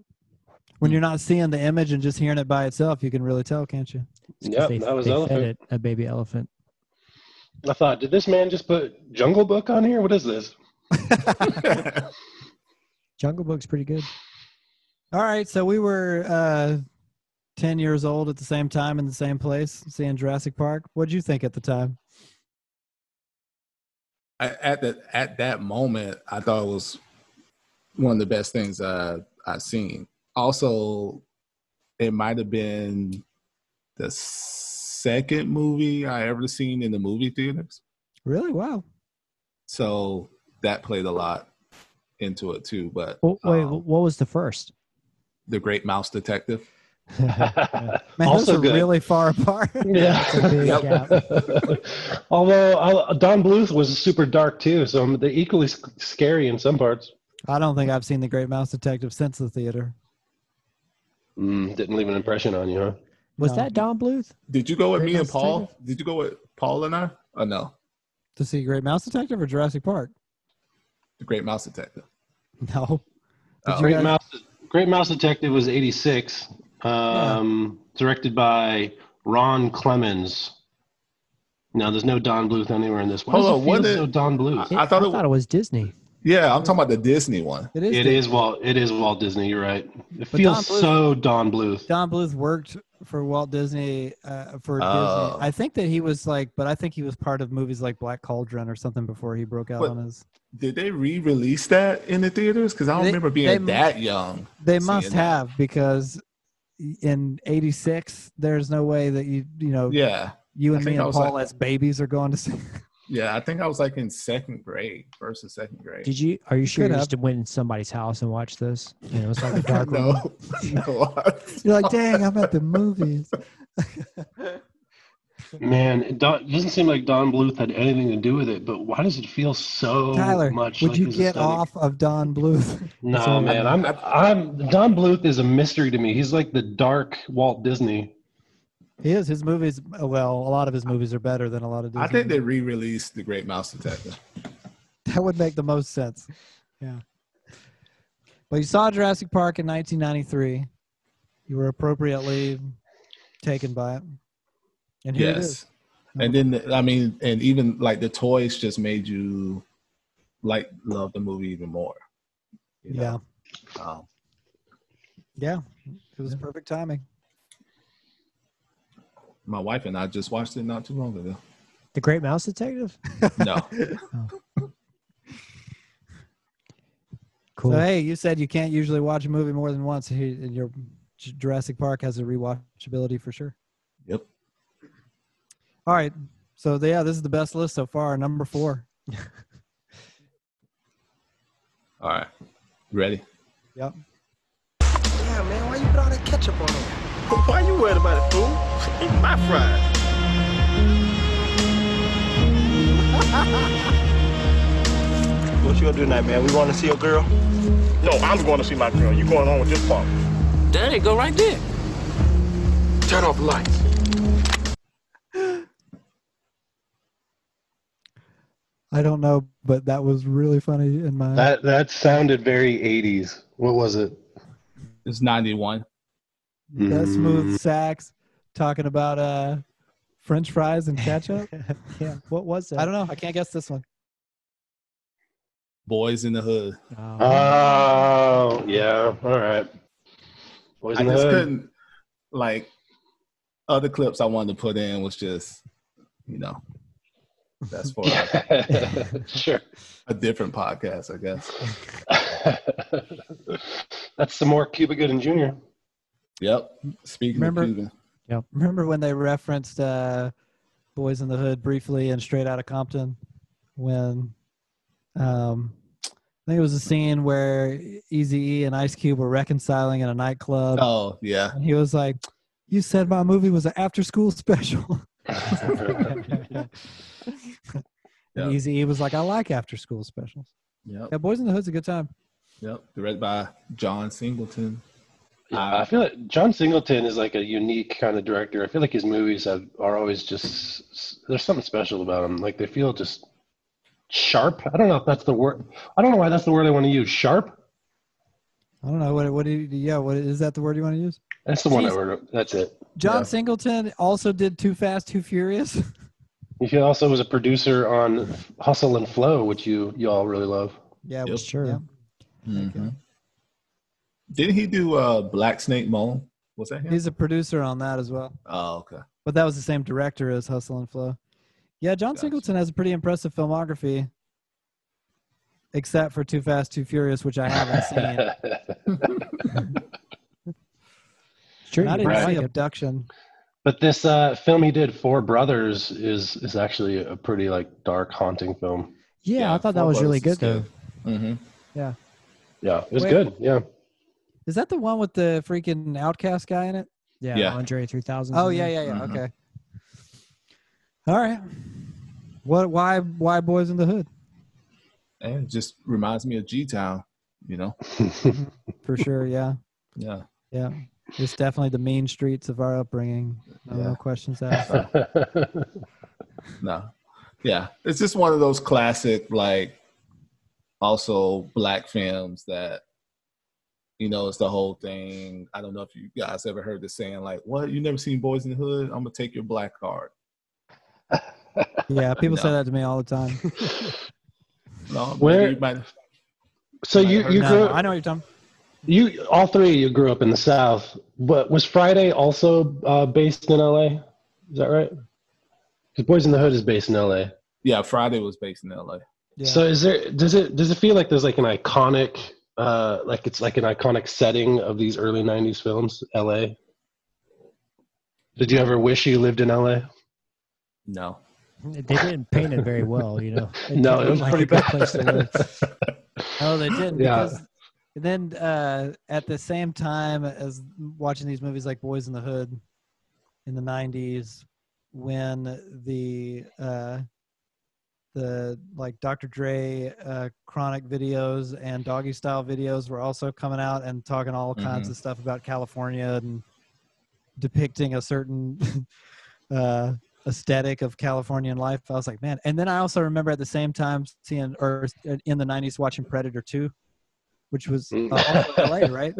Speaker 2: When you're not seeing the image and just hearing it by itself, you can really tell, can't you?
Speaker 3: Yep, that was elephant.
Speaker 4: a baby elephant.
Speaker 3: I thought, did this man just put Jungle Book on here? What is this?
Speaker 9: Jungle Book's pretty good.
Speaker 2: All right, so we were uh, 10 years old at the same time in the same place, seeing Jurassic Park. What'd you think at the time?
Speaker 5: I, at that at that moment, I thought it was one of the best things I I've seen. Also, it might have been the second movie I ever seen in the movie theaters.
Speaker 2: Really? Wow.
Speaker 5: So that played a lot into it too. But
Speaker 4: Well, wait,
Speaker 3: Um,
Speaker 4: what was the first?
Speaker 5: the Great Mouse Detective.
Speaker 2: Man,
Speaker 3: Also
Speaker 2: those are
Speaker 3: good.
Speaker 2: really far apart.
Speaker 3: Yeah. Although I, Don Bluth was super dark too, so they're equally s- scary in some parts.
Speaker 2: I don't think I've seen The Great Mouse Detective since the theater.
Speaker 3: Mm, didn't leave an impression on you, huh?
Speaker 4: Was
Speaker 2: No.
Speaker 4: that Don Bluth?
Speaker 5: Did you go with
Speaker 4: Great
Speaker 5: me and
Speaker 4: Mouse
Speaker 5: Paul? Did you go with Paul and I? Or no,
Speaker 2: To see Great Mouse Detective or Jurassic Park?
Speaker 5: the Great Mouse Detective.
Speaker 2: No. Did you
Speaker 3: Oh, Great
Speaker 2: guys-
Speaker 3: Mouse, Great Mouse Detective was '86, um, directed by Ron Clemens. Now, there's no Don Bluth anywhere in this. Why does
Speaker 5: Hold
Speaker 3: it
Speaker 5: on, what
Speaker 3: feel
Speaker 5: did-
Speaker 3: so Don Bluth?
Speaker 5: I thought it,
Speaker 4: thought it was Disney.
Speaker 5: Yeah, I'm talking about the Disney one.
Speaker 2: It
Speaker 3: It is Walt. It is Walt Disney. You're right. It feels
Speaker 2: Don Bluth-
Speaker 3: so Don Bluth.
Speaker 2: Don Bluth worked for Walt Disney uh, for
Speaker 3: Oh.
Speaker 2: Disney. I think that he was like, but I think he was part of movies like Black Cauldron or something before he broke out
Speaker 5: But
Speaker 2: on his.
Speaker 5: Did they re-release that in the theaters? Because I don't
Speaker 2: They-
Speaker 5: remember
Speaker 2: they
Speaker 5: being
Speaker 2: mu-
Speaker 5: that young.
Speaker 2: They
Speaker 5: seeing
Speaker 2: must
Speaker 5: that.
Speaker 2: have because in '86, there's no way that you you know
Speaker 5: Yeah.
Speaker 2: you
Speaker 5: I
Speaker 2: and
Speaker 5: think
Speaker 2: me
Speaker 5: I
Speaker 2: and
Speaker 5: was
Speaker 2: Paul
Speaker 5: like-
Speaker 2: as babies are going to see.
Speaker 5: Yeah, I think I was like in second grade, first or second grade.
Speaker 4: Did you? Are you sure
Speaker 2: Could
Speaker 4: you
Speaker 2: have.
Speaker 4: just went in somebody's house and watched this? You know, it's like a dark room.
Speaker 5: no, no.
Speaker 2: You're like, dang, I'm at the movies.
Speaker 3: Man, it, Don, it doesn't seem like Don Bluth had anything to do with it, but why does it feel so
Speaker 2: Tyler,
Speaker 3: much
Speaker 2: would
Speaker 3: like
Speaker 2: you
Speaker 3: his
Speaker 2: get
Speaker 3: aesthetic?
Speaker 2: off of Don Bluth?
Speaker 3: No,
Speaker 2: So-
Speaker 3: man, I'm I'm Don Bluth is a mystery to me. He's like the dark Walt Disney.
Speaker 2: He is. His movies, well, a lot of his movies are better than a lot of Disney.
Speaker 5: I think they re-released the Great Mouse Detective.
Speaker 2: That would make the most sense. Yeah. Well, you saw Jurassic Park in 1993. You were appropriately taken by it. And here it is.
Speaker 5: yes, and then the- I mean, and even like the toys just made you like love the movie even more. you know?
Speaker 2: Yeah.
Speaker 5: Um,
Speaker 2: Yeah. It was perfect timing.
Speaker 5: my wife and I just watched it not too long ago.
Speaker 4: The Great Mouse Detective.
Speaker 5: No,
Speaker 4: Cool.
Speaker 2: So, hey, you said you can't usually watch a movie more than once, here- and your J- Jurassic Park has a rewatchability for sure.
Speaker 5: Yep.
Speaker 2: All right. So, yeah, this is the best list so far. Number four.
Speaker 5: all right, ready?
Speaker 2: Yep.
Speaker 10: Yeah, man, why you put all that ketchup on them? Why you worried about it, fool? Eat my fries. what you gonna do tonight, man? We want to see your girl? No, I'm going to see my girl. You going on with this part? Daddy, go right there. Turn off the lights.
Speaker 2: I don't know, but that was really funny in my.
Speaker 3: That that sounded very 80s. What was it?
Speaker 5: It's ninety-one.
Speaker 2: that smooth sax talking about uh french fries and ketchup
Speaker 4: yeah what was that
Speaker 2: i don't know i can't guess this one
Speaker 5: Boys in the Hood.
Speaker 3: Uh, Oh, yeah. All right. Boys
Speaker 5: I
Speaker 3: in the
Speaker 5: just
Speaker 3: Hood.
Speaker 5: couldn't like other clips I wanted to put in was just you know that's for a,
Speaker 3: sure
Speaker 5: a different podcast I guess.
Speaker 3: That's some more Cuba Gooding Jr.
Speaker 5: Yep. Speaking
Speaker 2: Remember-
Speaker 5: of Cuban,
Speaker 4: yep
Speaker 2: remember when they referenced uh boys in the hood briefly and straight out of compton when um I think it was a scene where Eazy-E and Ice Cube were reconciling in a nightclub.
Speaker 5: Oh, yeah.
Speaker 2: And he was like, "You said my movie was an after-school special."
Speaker 3: Uh,
Speaker 2: And Eazy-E was like, "I like after-school specials."
Speaker 5: Yep.
Speaker 2: Yeah, Boys in the Hood's a good time.
Speaker 5: Yep. Directed by John Singleton.
Speaker 3: I feel like John Singleton is like a unique kind of director. I feel like his movies have, are always just there's something special about them. Like they feel just sharp. I don't know if that's the word. I don't know why that's the word I want to use. Sharp.
Speaker 2: I don't know what what do you, yeah what is that the word you want to use?
Speaker 3: That's the one I
Speaker 2: Jeez.
Speaker 3: wrote. That's it.
Speaker 2: John Singleton also did Too Fast, Too Furious.
Speaker 3: He also was a producer on Hustle and Flow, which you you all really love.
Speaker 2: yeah, well, sure.
Speaker 5: Mhm. Didn't he do uh, Black Snake Moan? Was that him?
Speaker 2: He's a producer on that as well.
Speaker 5: oh, okay.
Speaker 2: But that was the same director as Hustle and Flow. Yeah, John Singleton has a pretty impressive filmography, except for Too Fast, Too Furious, which I haven't seen.
Speaker 3: Sure,
Speaker 2: And I
Speaker 3: you're
Speaker 2: didn't
Speaker 3: right.
Speaker 2: see Abduction.
Speaker 3: But this uh, film he did, Four Brothers, is is actually a pretty like dark, haunting film.
Speaker 4: Yeah, I thought that was really good though.
Speaker 5: Mm-hmm.
Speaker 2: Yeah.
Speaker 3: Yeah, it was
Speaker 2: Wait.
Speaker 3: good. Yeah.
Speaker 2: Is that the one with the freaking outcast guy in it?
Speaker 4: Yeah,
Speaker 3: Yeah.
Speaker 4: Andre 3000.
Speaker 2: Oh
Speaker 5: Mm-hmm.
Speaker 2: yeah, yeah, yeah. Okay. All right. What? Why? Why Boys in the Hood?
Speaker 5: And it just reminds me of G Town, you know?
Speaker 2: Mm-hmm. For sure. Yeah.
Speaker 5: Yeah.
Speaker 2: Yeah. It's definitely the mean streets of our upbringing. No, no
Speaker 5: Yeah.
Speaker 2: questions asked.
Speaker 5: no. Yeah. It's just one of those classic, like, also black films that, you know, it's the whole thing. I don't know if you guys ever heard the saying, like, what? You never seen Boys in the Hood? I'm going to take your black card.
Speaker 2: yeah, people say
Speaker 5: No.
Speaker 2: that to me all the time.
Speaker 5: No, but
Speaker 3: Where-
Speaker 5: You might,
Speaker 3: So you you
Speaker 2: No,
Speaker 3: grew
Speaker 2: I know what you're talking.
Speaker 3: you all three of you grew up in the South, but was Friday also uh, based in L.A.? Is that right? Because Boys in the Hood is based in L.A.
Speaker 5: yeah, Friday was based in LA.
Speaker 3: So is there does it does it feel like there's like an iconic uh, like it's like an iconic setting of these early '90s films, L.A. Did you ever wish you lived in L.A.?
Speaker 5: No.
Speaker 4: They didn't paint it very well, you know.
Speaker 3: No, it
Speaker 4: didn't
Speaker 3: was
Speaker 4: look
Speaker 3: pretty
Speaker 4: a good
Speaker 3: bad.
Speaker 4: place to live.
Speaker 2: Oh, they didn't.
Speaker 3: Yeah.
Speaker 2: Because then uh, at the same time as watching these movies like Boys in the Hood in the '90s, when the uh, the like Dr. Dre uh, chronic videos and doggy style videos were also coming out and talking all kinds
Speaker 3: Mm-hmm.
Speaker 4: Mhm.
Speaker 2: of stuff about California and depicting a certain uh, aesthetic of Californian life. I was like, man. And then I also remember at the same time seeing, or in the '90s, watching Predator Two, which was
Speaker 3: Mm.
Speaker 2: uh, also LA, right?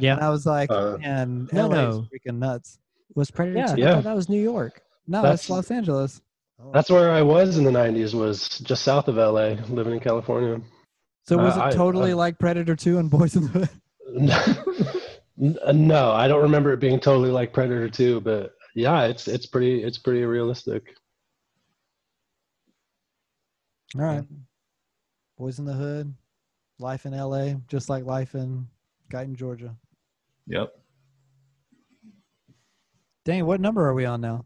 Speaker 4: Yeah.
Speaker 2: And I was like,
Speaker 4: Uh,
Speaker 2: man,
Speaker 4: no,
Speaker 2: LA is
Speaker 4: no.
Speaker 2: freaking nuts.
Speaker 4: Was Predator
Speaker 2: Yeah. Oh.
Speaker 4: 2? I
Speaker 3: Yeah.
Speaker 4: thought that was New York.
Speaker 2: No, it's
Speaker 3: That's-
Speaker 2: Los Angeles.
Speaker 3: That's where I was in the '90s. Was just south of LA, living in California.
Speaker 2: So was
Speaker 3: Uh, I-
Speaker 2: it totally
Speaker 3: I-
Speaker 2: like Predator Two and Boys in the Hood?
Speaker 3: N- no, I don't remember it being totally like Predator 2, but yeah, it's it's pretty it's pretty realistic.
Speaker 2: All right. Boys in the Hood, life in LA, just like life in Guyton, Georgia.
Speaker 5: Yep.
Speaker 2: Dang, what number are we on now?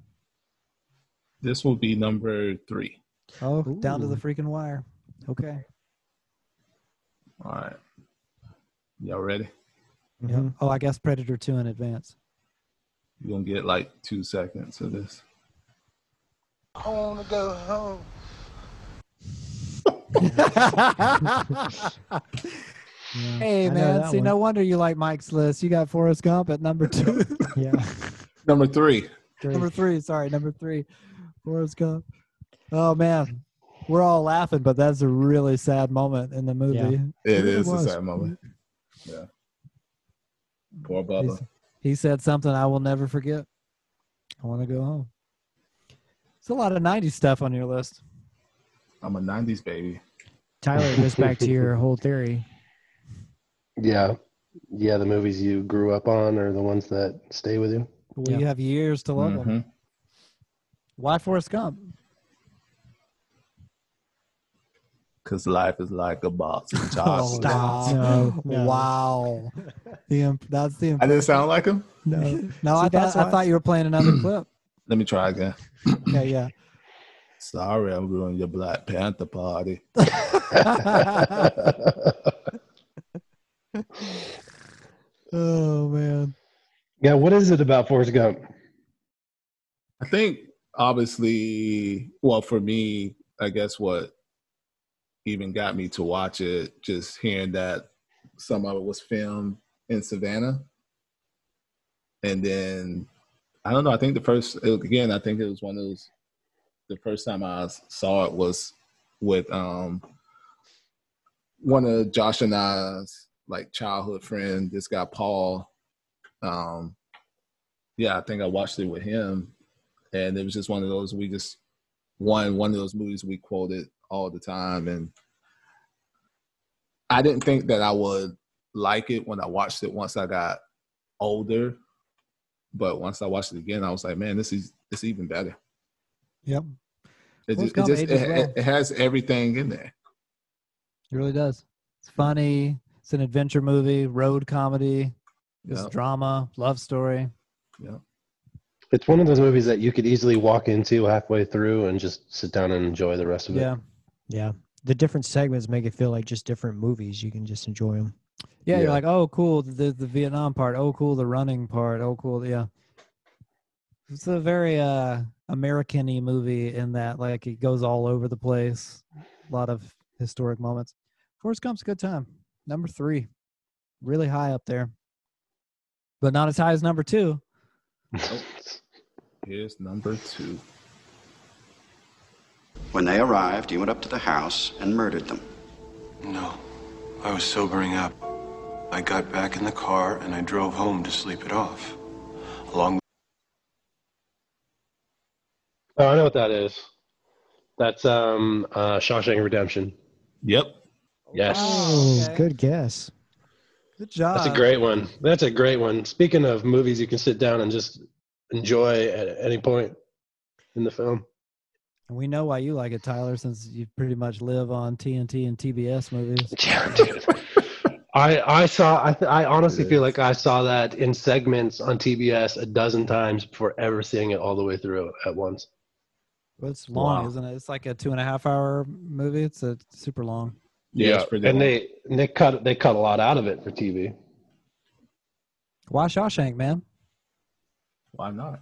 Speaker 5: This will be number three.
Speaker 2: Oh, down to the
Speaker 5: Ooh.
Speaker 2: freaking wire. Okay.
Speaker 5: All right. Y'all ready?
Speaker 2: Yep. Oh, I guess Predator 2 in advance.
Speaker 5: You're going to get like two seconds of this.
Speaker 13: I wanna go home.
Speaker 2: Hey,
Speaker 4: I
Speaker 2: man.
Speaker 4: know that
Speaker 2: See,
Speaker 4: one.
Speaker 2: no wonder you like Mike's list. You got Forrest Gump at number two.
Speaker 4: Yeah.
Speaker 5: Number three.
Speaker 2: number three. Sorry, number three. Forrest Gump. Oh, man. We're all laughing, but that's a really sad moment in the movie.
Speaker 5: It
Speaker 4: really
Speaker 5: is
Speaker 4: was.
Speaker 5: a sad moment. Yeah. Poor Bubba.
Speaker 2: He's- He said something I will never forget. I want to go home. It's a lot of 90s stuff on your list.
Speaker 5: I'm a 90s baby.
Speaker 4: Tyler, it goes back to your whole theory.
Speaker 3: Yeah. Yeah, the movies you grew up on are the ones that stay with you.
Speaker 2: We have years to love
Speaker 5: Mm-hmm.
Speaker 2: them. Why Forrest Gump?
Speaker 5: Because life is like a box of
Speaker 2: Oh,
Speaker 5: chocolates.
Speaker 2: stop. Wow. The imp- that's the
Speaker 5: I
Speaker 2: imp-
Speaker 5: didn't sound like him?
Speaker 2: No, no I,
Speaker 4: that's
Speaker 2: thought, I
Speaker 4: why-
Speaker 2: thought you were playing another clip.
Speaker 5: Let me try again.
Speaker 2: Yeah, yeah.
Speaker 5: Sorry, I'm ruining your Black Panther party.
Speaker 2: Oh man.
Speaker 3: Yeah, what is it about Forrest Gump?
Speaker 5: I think obviously, well, for me, I guess what even got me to watch it, just hearing that some of it was filmed in Savannah. And then I don't know, I think the first again, I think it was one of those the first time I saw it was with um one of Josh and I's like childhood friend, this guy Paul. Um yeah, I think I watched it with him and it was just one of those we just one one of those movies we quoted all the time and I didn't think that I would like it when I watched it once I got older. But once I watched it again, I was like, man, this is it's even better.
Speaker 2: Yep.
Speaker 5: It
Speaker 2: Forrest
Speaker 5: just, it,
Speaker 2: Gump
Speaker 5: just
Speaker 2: ages
Speaker 5: it,
Speaker 2: well.
Speaker 5: it- it has everything in there.
Speaker 2: It really does. It's funny. It's an adventure movie, road comedy, it's
Speaker 5: Yep.
Speaker 2: drama, love story.
Speaker 3: It's one of those movies that you could easily walk into halfway through and just sit down and enjoy the rest of it.
Speaker 2: Yeah.
Speaker 4: Yeah. The different segments make it feel like just different movies. You can just enjoy them.
Speaker 2: Yeah,
Speaker 4: Yeah.
Speaker 2: you're like, oh, cool, the the Vietnam part. Oh, cool, the running part. Oh, cool, yeah. It's a very uh American-y movie in that like it goes all over the place. A lot of historic moments. Forrest Gump's a good time. Number three, really high up there, but not as high as number two.
Speaker 5: Here's number two.
Speaker 11: When they arrived, you went up to the house and murdered them.
Speaker 14: No, I was sobering up. I got back in the car and I drove home to sleep it off. Along
Speaker 3: Oh, I know what that is. That's um uh Shawshank Redemption.
Speaker 5: Yep.
Speaker 3: Yes.
Speaker 4: Oh, good guess.
Speaker 2: Good job.
Speaker 3: That's a great one. That's a great one. Speaking of movies you can sit down and just enjoy at any point in the film.
Speaker 2: And we know why you like it, Tyler, since you pretty much live on TNT and TBS movies.
Speaker 3: I I saw I th- I honestly feel like I saw that in segments on TBS a dozen times before ever seeing it all the way through at once.
Speaker 2: Well, it's long,
Speaker 3: Wow.
Speaker 2: isn't it? It's like a two and a half hour movie. It's a super long.
Speaker 3: Yeah, and they and they cut they cut a lot out of it for TV.
Speaker 2: Why Shawshank, man?
Speaker 5: Why not?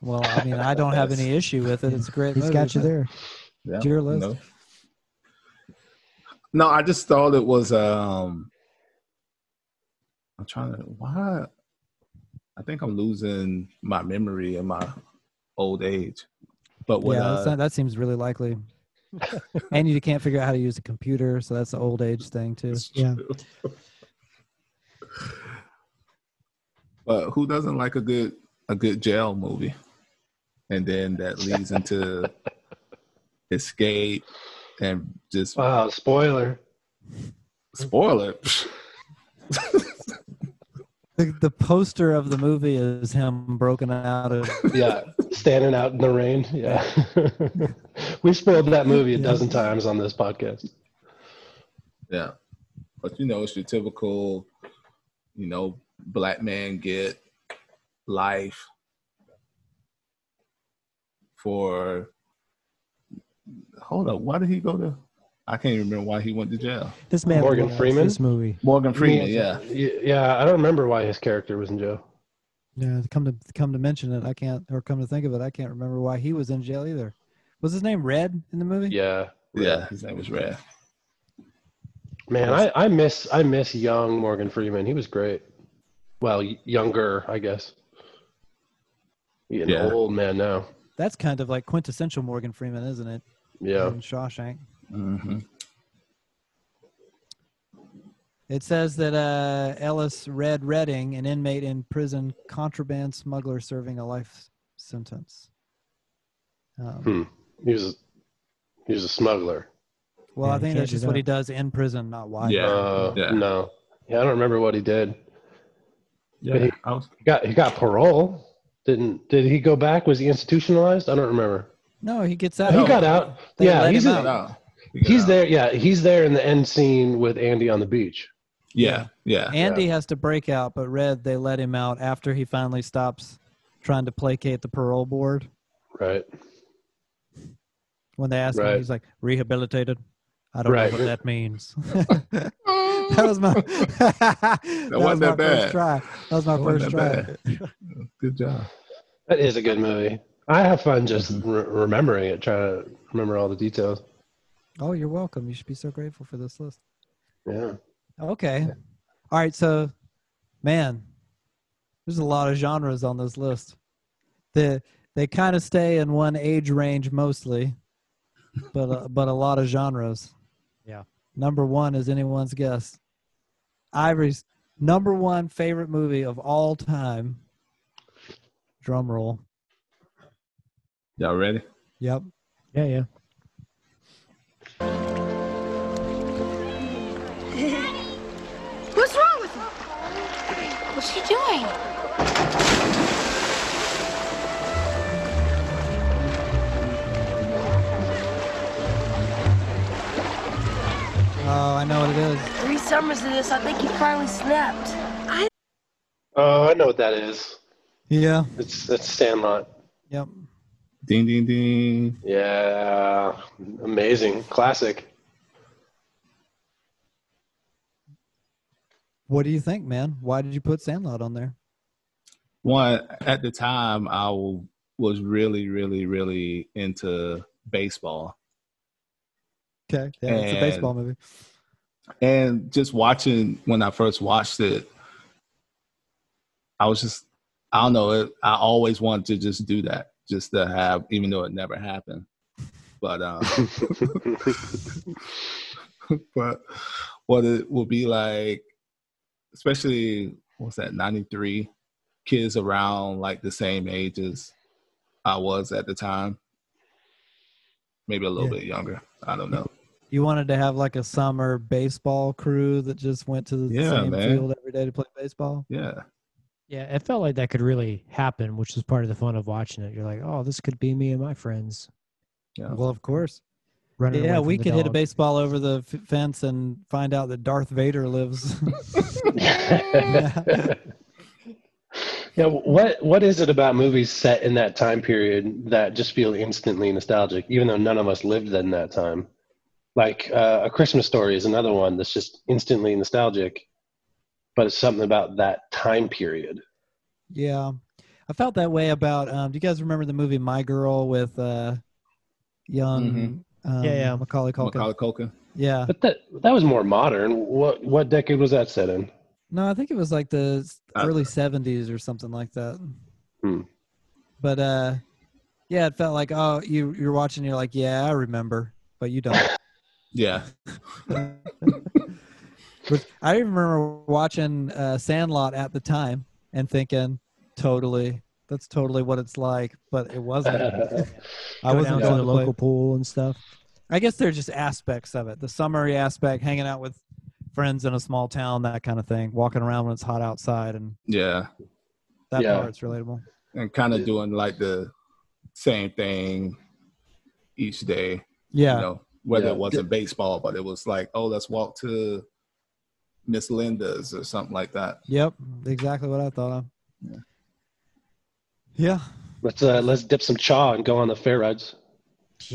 Speaker 2: Well, I mean, I don't have any issue with it. It's a great.
Speaker 4: He's
Speaker 2: movie,
Speaker 4: got you
Speaker 2: but-
Speaker 4: there.
Speaker 5: Yeah.
Speaker 2: Your list.
Speaker 5: No. No, I just thought it was um I'm trying to why I think I'm losing my memory in my old age. But what
Speaker 2: yeah,
Speaker 5: uh,
Speaker 2: that's not, that seems really likely. and you can't figure out how to use a computer, so that's the old age thing too.
Speaker 4: Yeah.
Speaker 5: But who doesn't like a good a good jail movie? And then that leads into escape and just
Speaker 3: wow spoiler
Speaker 5: spoiler.
Speaker 2: The, the poster of the movie is him broken out of.
Speaker 3: Yeah, standing out in the rain. Yeah, we spoiled that movie a dozen times on this podcast.
Speaker 5: Yeah. But you know, it's your typical, you know, black man get life for hold up, why did he go to I can't even remember why he went to jail.
Speaker 4: This man
Speaker 3: Morgan
Speaker 4: loves
Speaker 3: Freeman?
Speaker 4: This movie.
Speaker 5: Morgan Freeman,
Speaker 3: Me-
Speaker 5: yeah.
Speaker 3: Y- yeah. I don't remember why his character was in jail.
Speaker 2: Yeah, come to come to mention it, I can't, or come to think of it, I can't remember why he was in jail either. Was his name Red in the movie?
Speaker 3: Yeah,
Speaker 5: yeah, his name was Red.
Speaker 3: Man, I, I miss I miss young Morgan Freeman. He was great. Well, y- younger, I guess. He's an
Speaker 2: Yeah.
Speaker 3: old man now.
Speaker 2: That's kind of like quintessential Morgan Freeman, isn't it?
Speaker 3: Yeah.
Speaker 2: In Shawshank.
Speaker 5: Mm-hmm.
Speaker 2: It says that uh, Ellis Red Redding, an inmate in prison, contraband smuggler serving a life sentence. Um,
Speaker 3: Hmm. He was he was a smuggler.
Speaker 2: Well,
Speaker 3: Yeah,
Speaker 2: I
Speaker 3: you
Speaker 2: think
Speaker 3: can't
Speaker 2: that's
Speaker 3: do
Speaker 2: just what he
Speaker 3: that.
Speaker 2: does in prison, not why.
Speaker 3: Uh,
Speaker 2: yeah.
Speaker 3: No. Yeah, I don't remember what he did.
Speaker 5: Yeah,
Speaker 3: But he, he got he got parole. Didn't did he go back? Was he institutionalized? I don't remember.
Speaker 2: No, he gets out.
Speaker 3: he got out.
Speaker 2: They
Speaker 3: yeah,
Speaker 2: let
Speaker 3: he's
Speaker 2: him
Speaker 3: in-
Speaker 2: out.
Speaker 3: he's there. Yeah, he's there in the end scene with Andy on the beach.
Speaker 5: Yeah, yeah.
Speaker 2: Andy has to break out, but Red, they let him out after he finally stops trying to placate the parole board.
Speaker 3: Right.
Speaker 2: when they asked him,
Speaker 4: Right.
Speaker 2: he's like rehabilitated. I don't
Speaker 4: Right.
Speaker 2: know what that means. that was my that, was
Speaker 4: wasn't
Speaker 2: my
Speaker 4: that
Speaker 2: first
Speaker 4: bad.
Speaker 2: try. That was my
Speaker 4: That
Speaker 2: first
Speaker 4: wasn't
Speaker 2: try.
Speaker 4: that
Speaker 5: Good job.
Speaker 3: That is a good movie. I have fun just re- remembering it, trying to remember all the details.
Speaker 2: Oh, you're welcome. You should be so grateful for this list.
Speaker 3: Yeah.
Speaker 2: Okay. All right. So, man, there's a lot of genres on this list. The they kind of stay in one age range mostly, but uh, but a lot of genres.
Speaker 4: Yeah.
Speaker 2: Number one is anyone's guess. Ivory's number one favorite movie of all time. Drum roll.
Speaker 5: Y'all ready?
Speaker 2: Yep.
Speaker 4: Yeah, yeah.
Speaker 15: What's wrong with her? What's she doing?
Speaker 2: Oh, I know what it is.
Speaker 15: Three summers of this, I think he finally snapped. I
Speaker 3: Oh, I know what that is.
Speaker 2: Yeah.
Speaker 3: It's that's Sandlot.
Speaker 2: Yep.
Speaker 5: Ding ding ding.
Speaker 3: Yeah. Amazing. Classic.
Speaker 2: What do you think, man? Why did you put Sandlot on there?
Speaker 5: One at the time, I w- was really, really, really into baseball.
Speaker 2: Okay. Yeah, it's a baseball movie.
Speaker 5: and just watching when I first watched it, I was just I don't know. It, I always wanted to just do that, just to have, even though it never happened. But um, but what it will be like, especially what's that ninety three, kids around like the same age as I was at the time, maybe a little
Speaker 2: Yeah.
Speaker 5: bit younger. I don't know.
Speaker 2: You wanted to have like a summer baseball crew that just went to the
Speaker 5: Yeah,
Speaker 2: same
Speaker 5: man.
Speaker 2: field every day to play baseball.
Speaker 5: Yeah.
Speaker 4: Yeah, it felt like that could really happen, which was part of the fun of watching it. You're like, oh, this could be me and my friends.
Speaker 5: Yeah.
Speaker 2: Well, of course.
Speaker 4: Running away
Speaker 2: yeah,
Speaker 4: from
Speaker 2: we
Speaker 4: the
Speaker 2: could hit a
Speaker 4: dog.
Speaker 2: baseball over the f- fence and find out that Darth Vader lives.
Speaker 3: Yeah. What What is it about movies set in that time period that just feel instantly nostalgic, even though none of us lived in that time? Like uh, A Christmas Story is another one that's just instantly nostalgic, but it's something about that time period.
Speaker 2: yeah, I felt that way about. Um, do you guys remember the movie My Girl with uh, young? Um,
Speaker 3: Yeah, yeah.
Speaker 2: Macaulay Culkin.
Speaker 5: Macaulay Culkin.
Speaker 2: Yeah.
Speaker 3: But that that was more modern. What What decade was that set in?
Speaker 2: No, I think it was like the s-
Speaker 5: Uh,
Speaker 2: early '70s or something like that.
Speaker 3: Hmm.
Speaker 2: But uh, yeah, it felt like oh, you you're watching, you're like, yeah, I remember, but you don't.
Speaker 5: Yeah.
Speaker 2: Which I even remember watching uh, Sandlot at the time and thinking, totally, that's totally what it's like, but it wasn't. I
Speaker 4: Go
Speaker 2: wasn't going
Speaker 4: down to the
Speaker 2: to play-
Speaker 4: local pool and stuff.
Speaker 2: I guess they're just aspects of it. The summary aspect, hanging out with friends in a small town, that kind of thing, walking around when it's hot outside, and
Speaker 5: Yeah.
Speaker 2: that
Speaker 5: Yeah.
Speaker 2: part's relatable.
Speaker 5: and kind of doing like the same thing each day.
Speaker 2: Yeah.
Speaker 5: You know, whether
Speaker 2: Yeah.
Speaker 5: it wasn't baseball, but it was like, oh, let's walk to Miss Linda's or something like that.
Speaker 2: Yep, exactly what I thought of. Yeah.
Speaker 3: Let's uh, Let's dip some chaw and go on the fair rides.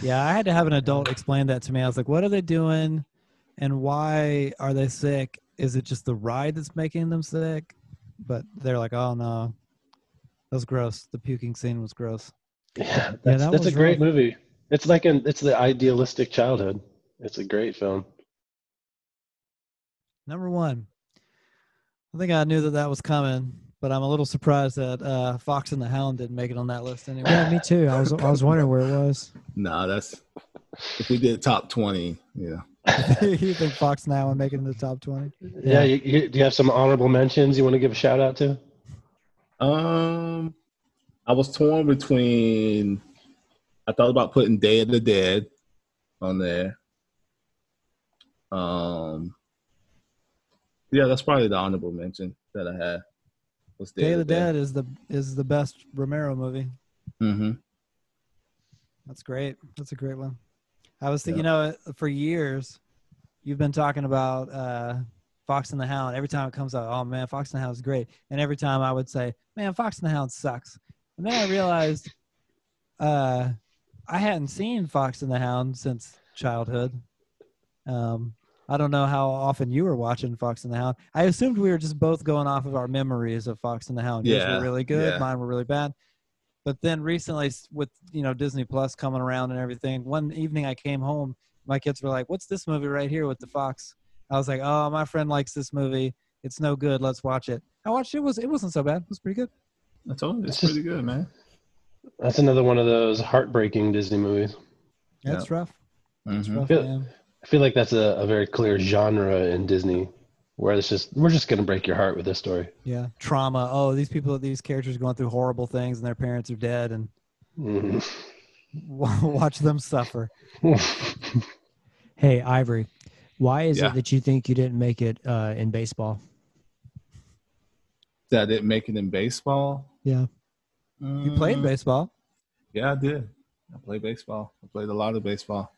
Speaker 2: Yeah, I had to have an adult explain that to me. I was like, what are they doing and why are they sick? Is it just the ride that's making them sick? But they're like, oh no, that was gross. The puking scene was gross.
Speaker 3: Yeah,
Speaker 2: that
Speaker 3: that's, that's a
Speaker 2: was
Speaker 3: great
Speaker 2: rough.
Speaker 3: movie. It's like an it's the idealistic childhood. It's a great film.
Speaker 2: Number one. I think I knew that that was coming, but I'm a little surprised that uh, Fox and the Hound didn't make it on that list anyway.
Speaker 4: Yeah, me too. I was I was wondering where it was.
Speaker 5: Nah, that's if we did top twenty, yeah.
Speaker 2: you think Fox now would make it in the top 20?
Speaker 3: Yeah, you, you, do you have some honorable mentions you want to give a shout out to?
Speaker 5: Um, I was torn between. I thought about putting Day of the Dead on there. Um, yeah, that's probably the honorable mention that I had. Was
Speaker 2: Day, of the Dead is the is the best Romero movie.
Speaker 5: Mm-hmm.
Speaker 2: That's great. That's a great one. I was thinking,
Speaker 4: Yeah.
Speaker 2: you know, for years, you've been talking about uh, Fox and the Hound. Every time it comes out, oh man, Fox and the Hound is great. And every time I would say, man, Fox and the Hound sucks. And then I realized uh, I hadn't seen Fox and the Hound since childhood. Um, I don't know how often you were watching Fox and the Hound. I assumed we were just both going off of our memories of Fox and the Hound. Yours
Speaker 5: Yeah,
Speaker 2: were really good,
Speaker 5: yeah.
Speaker 2: mine were really bad. But then recently, s- with you know Disney Plus coming around and everything, one evening I came home, my kids were like, "What's this movie right here with the fox?" I was like, "Oh, my friend likes this movie. It's no good. Let's watch it." I watched it. it was It wasn't so bad. It was pretty good.
Speaker 5: I told you it's
Speaker 3: It's just-
Speaker 5: pretty good, man.
Speaker 3: That's another one of those heartbreaking Disney movies.
Speaker 2: That's rough.
Speaker 5: Mm-hmm.
Speaker 2: That's
Speaker 3: I
Speaker 2: rough,
Speaker 3: feel,
Speaker 2: man.
Speaker 3: I feel like that's a, a very clear genre in Disney, where it's just we're just gonna break your heart with this story.
Speaker 2: Yeah, trauma. Oh, these people, these characters are going through horrible things, and their parents are dead, and
Speaker 3: Mhm.
Speaker 2: watch them suffer.
Speaker 4: Hey, Ivory, why is
Speaker 5: Yeah.
Speaker 4: it that you think you didn't make it uh, in baseball?
Speaker 5: That didn't make it in baseball.
Speaker 4: Yeah.
Speaker 2: You played
Speaker 5: Mm.
Speaker 2: baseball.
Speaker 5: Yeah, I did. I played baseball. I played a lot of baseball.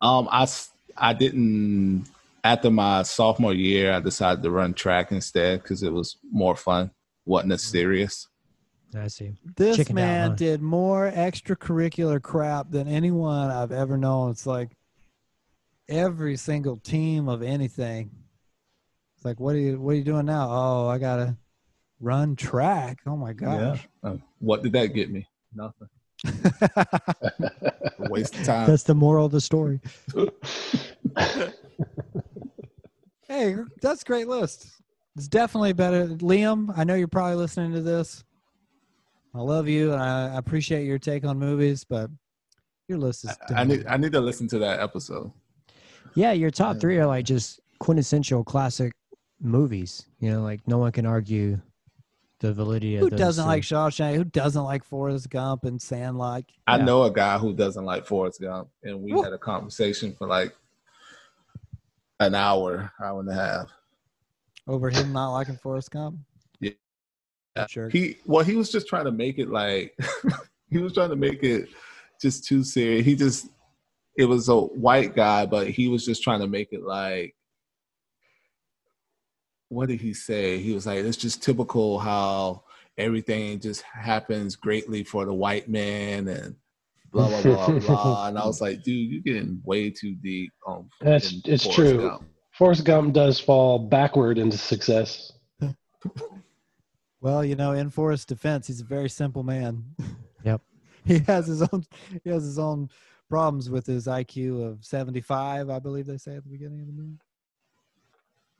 Speaker 5: Um, I s- I didn't after my sophomore year. I decided to run track instead because it was more fun. wasn't as serious.
Speaker 4: I see.
Speaker 2: This
Speaker 4: Chickened out,
Speaker 2: man
Speaker 4: huh?
Speaker 2: did more extracurricular crap than anyone I've ever known. It's like every single team of anything. It's like, what are you, what are you doing now? Oh, I gotta run track. Oh my gosh.
Speaker 5: Yeah. Um, what did that get me? Nothing. A waste of time.
Speaker 4: That's the moral of the story.
Speaker 2: Hey, that's a great list. It's definitely better. Liam, I know you're probably listening to this. I love you and I I appreciate your take on movies, but your list is
Speaker 5: I need I need to listen to that episode.
Speaker 4: Yeah, your top three are like just quintessential classic movies. You know, like no one can argue the validity of
Speaker 2: Who
Speaker 4: those
Speaker 2: doesn't
Speaker 4: three.
Speaker 2: like Shawshank? Who doesn't like Forrest Gump and Sandlot?
Speaker 5: I know a guy who doesn't like Forrest Gump, and we had a conversation for like an hour, hour and a half.
Speaker 2: over him not liking Forrest Gump.
Speaker 5: Yeah. He well, he was just trying to make it like he was trying to make it just too serious. He just it was a white guy, but he was just trying to make it like what did he say? He was like, it's just typical how everything just happens greatly for the white man and blah blah blah blah. And I was like, dude, you're getting way too deep on
Speaker 3: That's
Speaker 5: fucking
Speaker 3: it's
Speaker 5: Forrest
Speaker 3: true.
Speaker 5: Gump.
Speaker 3: Forrest Gump does fall backward into success.
Speaker 2: Well, you know, in Forrest's defense, he's a very simple man.
Speaker 4: Yep.
Speaker 2: he has his own he has his own problems with his IQ of 75, I believe they say at the beginning of the movie.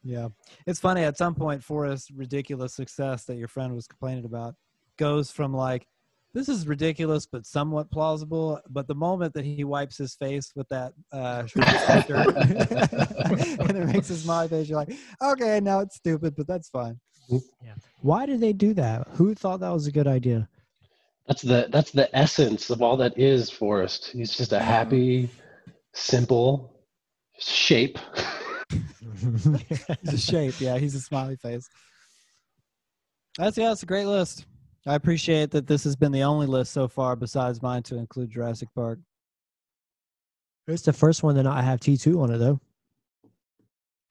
Speaker 2: Yeah. It's funny at some point Forrest's ridiculous success that your friend was complaining about goes from like this is ridiculous but somewhat plausible, but the moment that he wipes his face with that uh shirt and it makes a smiley face, you're like, okay, now it's stupid, but that's fine.
Speaker 4: Why did they do that? Who thought that was a good idea?
Speaker 3: That's the that's the essence of all that is Forrest. He's just a happy, simple shape.
Speaker 2: he's a shape. Yeah, he's a smiley face. That's yeah, it's a great list. I appreciate that this has been the only list so far besides mine to include Jurassic Park.
Speaker 4: It's the first one to not have T two on it though.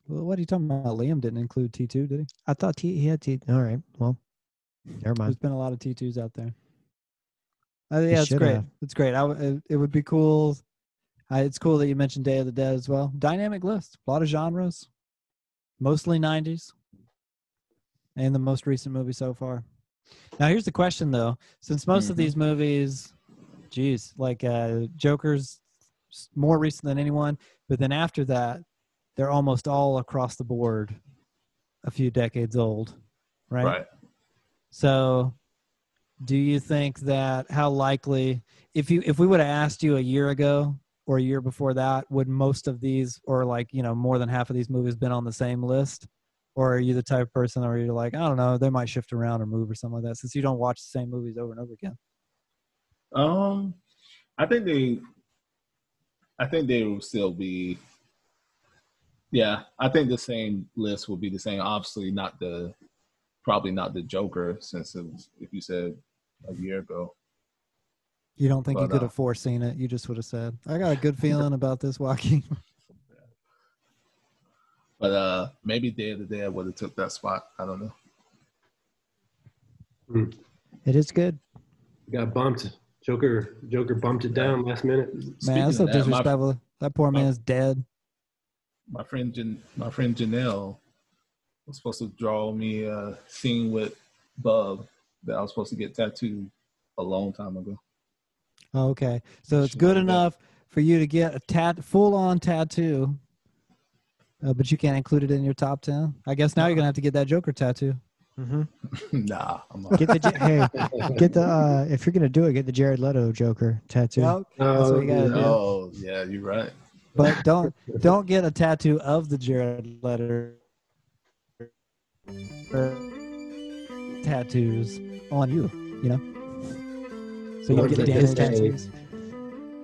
Speaker 2: Well, what are you talking about? Liam didn't include T two, did he?
Speaker 4: I thought T he had T. All right, well, never
Speaker 2: There's
Speaker 4: mind.
Speaker 2: been a lot of T twos out there. Uh,
Speaker 4: They
Speaker 2: yeah, it's
Speaker 4: should
Speaker 2: great.
Speaker 4: have.
Speaker 2: It's great. I, w- it, it would be cool. I, it's cool that you mentioned Day of the Dead as well. Dynamic list, a lot of genres, mostly '90s, and the most recent movie so far. Now, here's the question though: since most of
Speaker 4: Mhm.
Speaker 2: these movies, geez, like uh, Joker's s- more recent than anyone, but then after that, they're almost all across the board, a few decades old, right?
Speaker 5: Right.
Speaker 2: So, do you think that how likely if you if we would have asked you a year ago or a year before that, would most of these or like you know more than half of these movies been on the same list? Or are you the type of person where you're like, I don't know, they might shift around or move or something like that since you don't watch the same movies over and over again?
Speaker 5: Um, I think they, I think they will still be. Yeah, I think the same list will be the same. Obviously, not the, probably not the Joker, since it was, if you said a year ago.
Speaker 2: You don't think you
Speaker 5: But,
Speaker 2: could
Speaker 5: uh,
Speaker 2: have foreseen it. You just would have said, I got a good feeling about this walking.
Speaker 5: But uh, maybe Day of the Dead would have took that spot. I don't know.
Speaker 4: It is good.
Speaker 3: Got bumped. Joker Joker bumped it down last minute.
Speaker 2: Man, that's so disrespectful. that poor man's dead.
Speaker 5: my friend Jan- my friend Janelle was supposed to draw me a scene with Bub that I was supposed to get tattooed a long time ago.
Speaker 2: Okay, so it's good enough for you to get a tat full on tattoo, uh, but you can't include it in your top ten. I guess now you're gonna have to get that Joker tattoo.
Speaker 4: Mm-hmm.
Speaker 5: nah, I'm
Speaker 4: Get the J- hey, get the uh, if you're gonna do it, get the Jared Leto Joker tattoo.
Speaker 2: Well, that's what you gotta do.
Speaker 5: Oh, yeah, you're right.
Speaker 2: But don't don't get a tattoo of the Jared Letter tattoos on you. You know, so you
Speaker 3: Ones
Speaker 2: get
Speaker 3: that
Speaker 2: damaged
Speaker 3: just say-
Speaker 2: tattoos.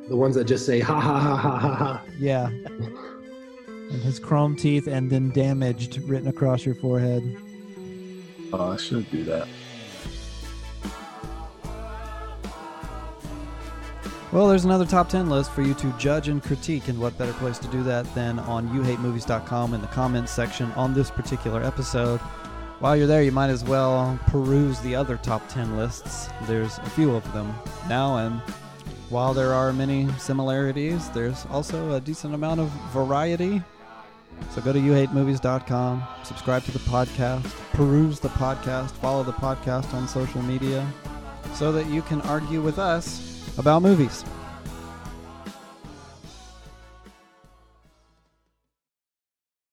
Speaker 3: The ones that just say ha ha ha ha ha ha.
Speaker 2: Yeah. and his chrome teeth and then damaged written across your forehead.
Speaker 5: Oh, I should do that.
Speaker 2: Well, there's another top 10 list for you to judge and critique, and what better place to do that than on youhatemovies.com in the comments section on this particular episode. While you're there, you might as well peruse the other top 10 lists. There's a few of them now, and while there are many similarities, there's also a decent amount of variety. So go to youhatemovies.com, subscribe to the podcast, peruse the podcast, follow the podcast on social media so that you can argue with us about movies.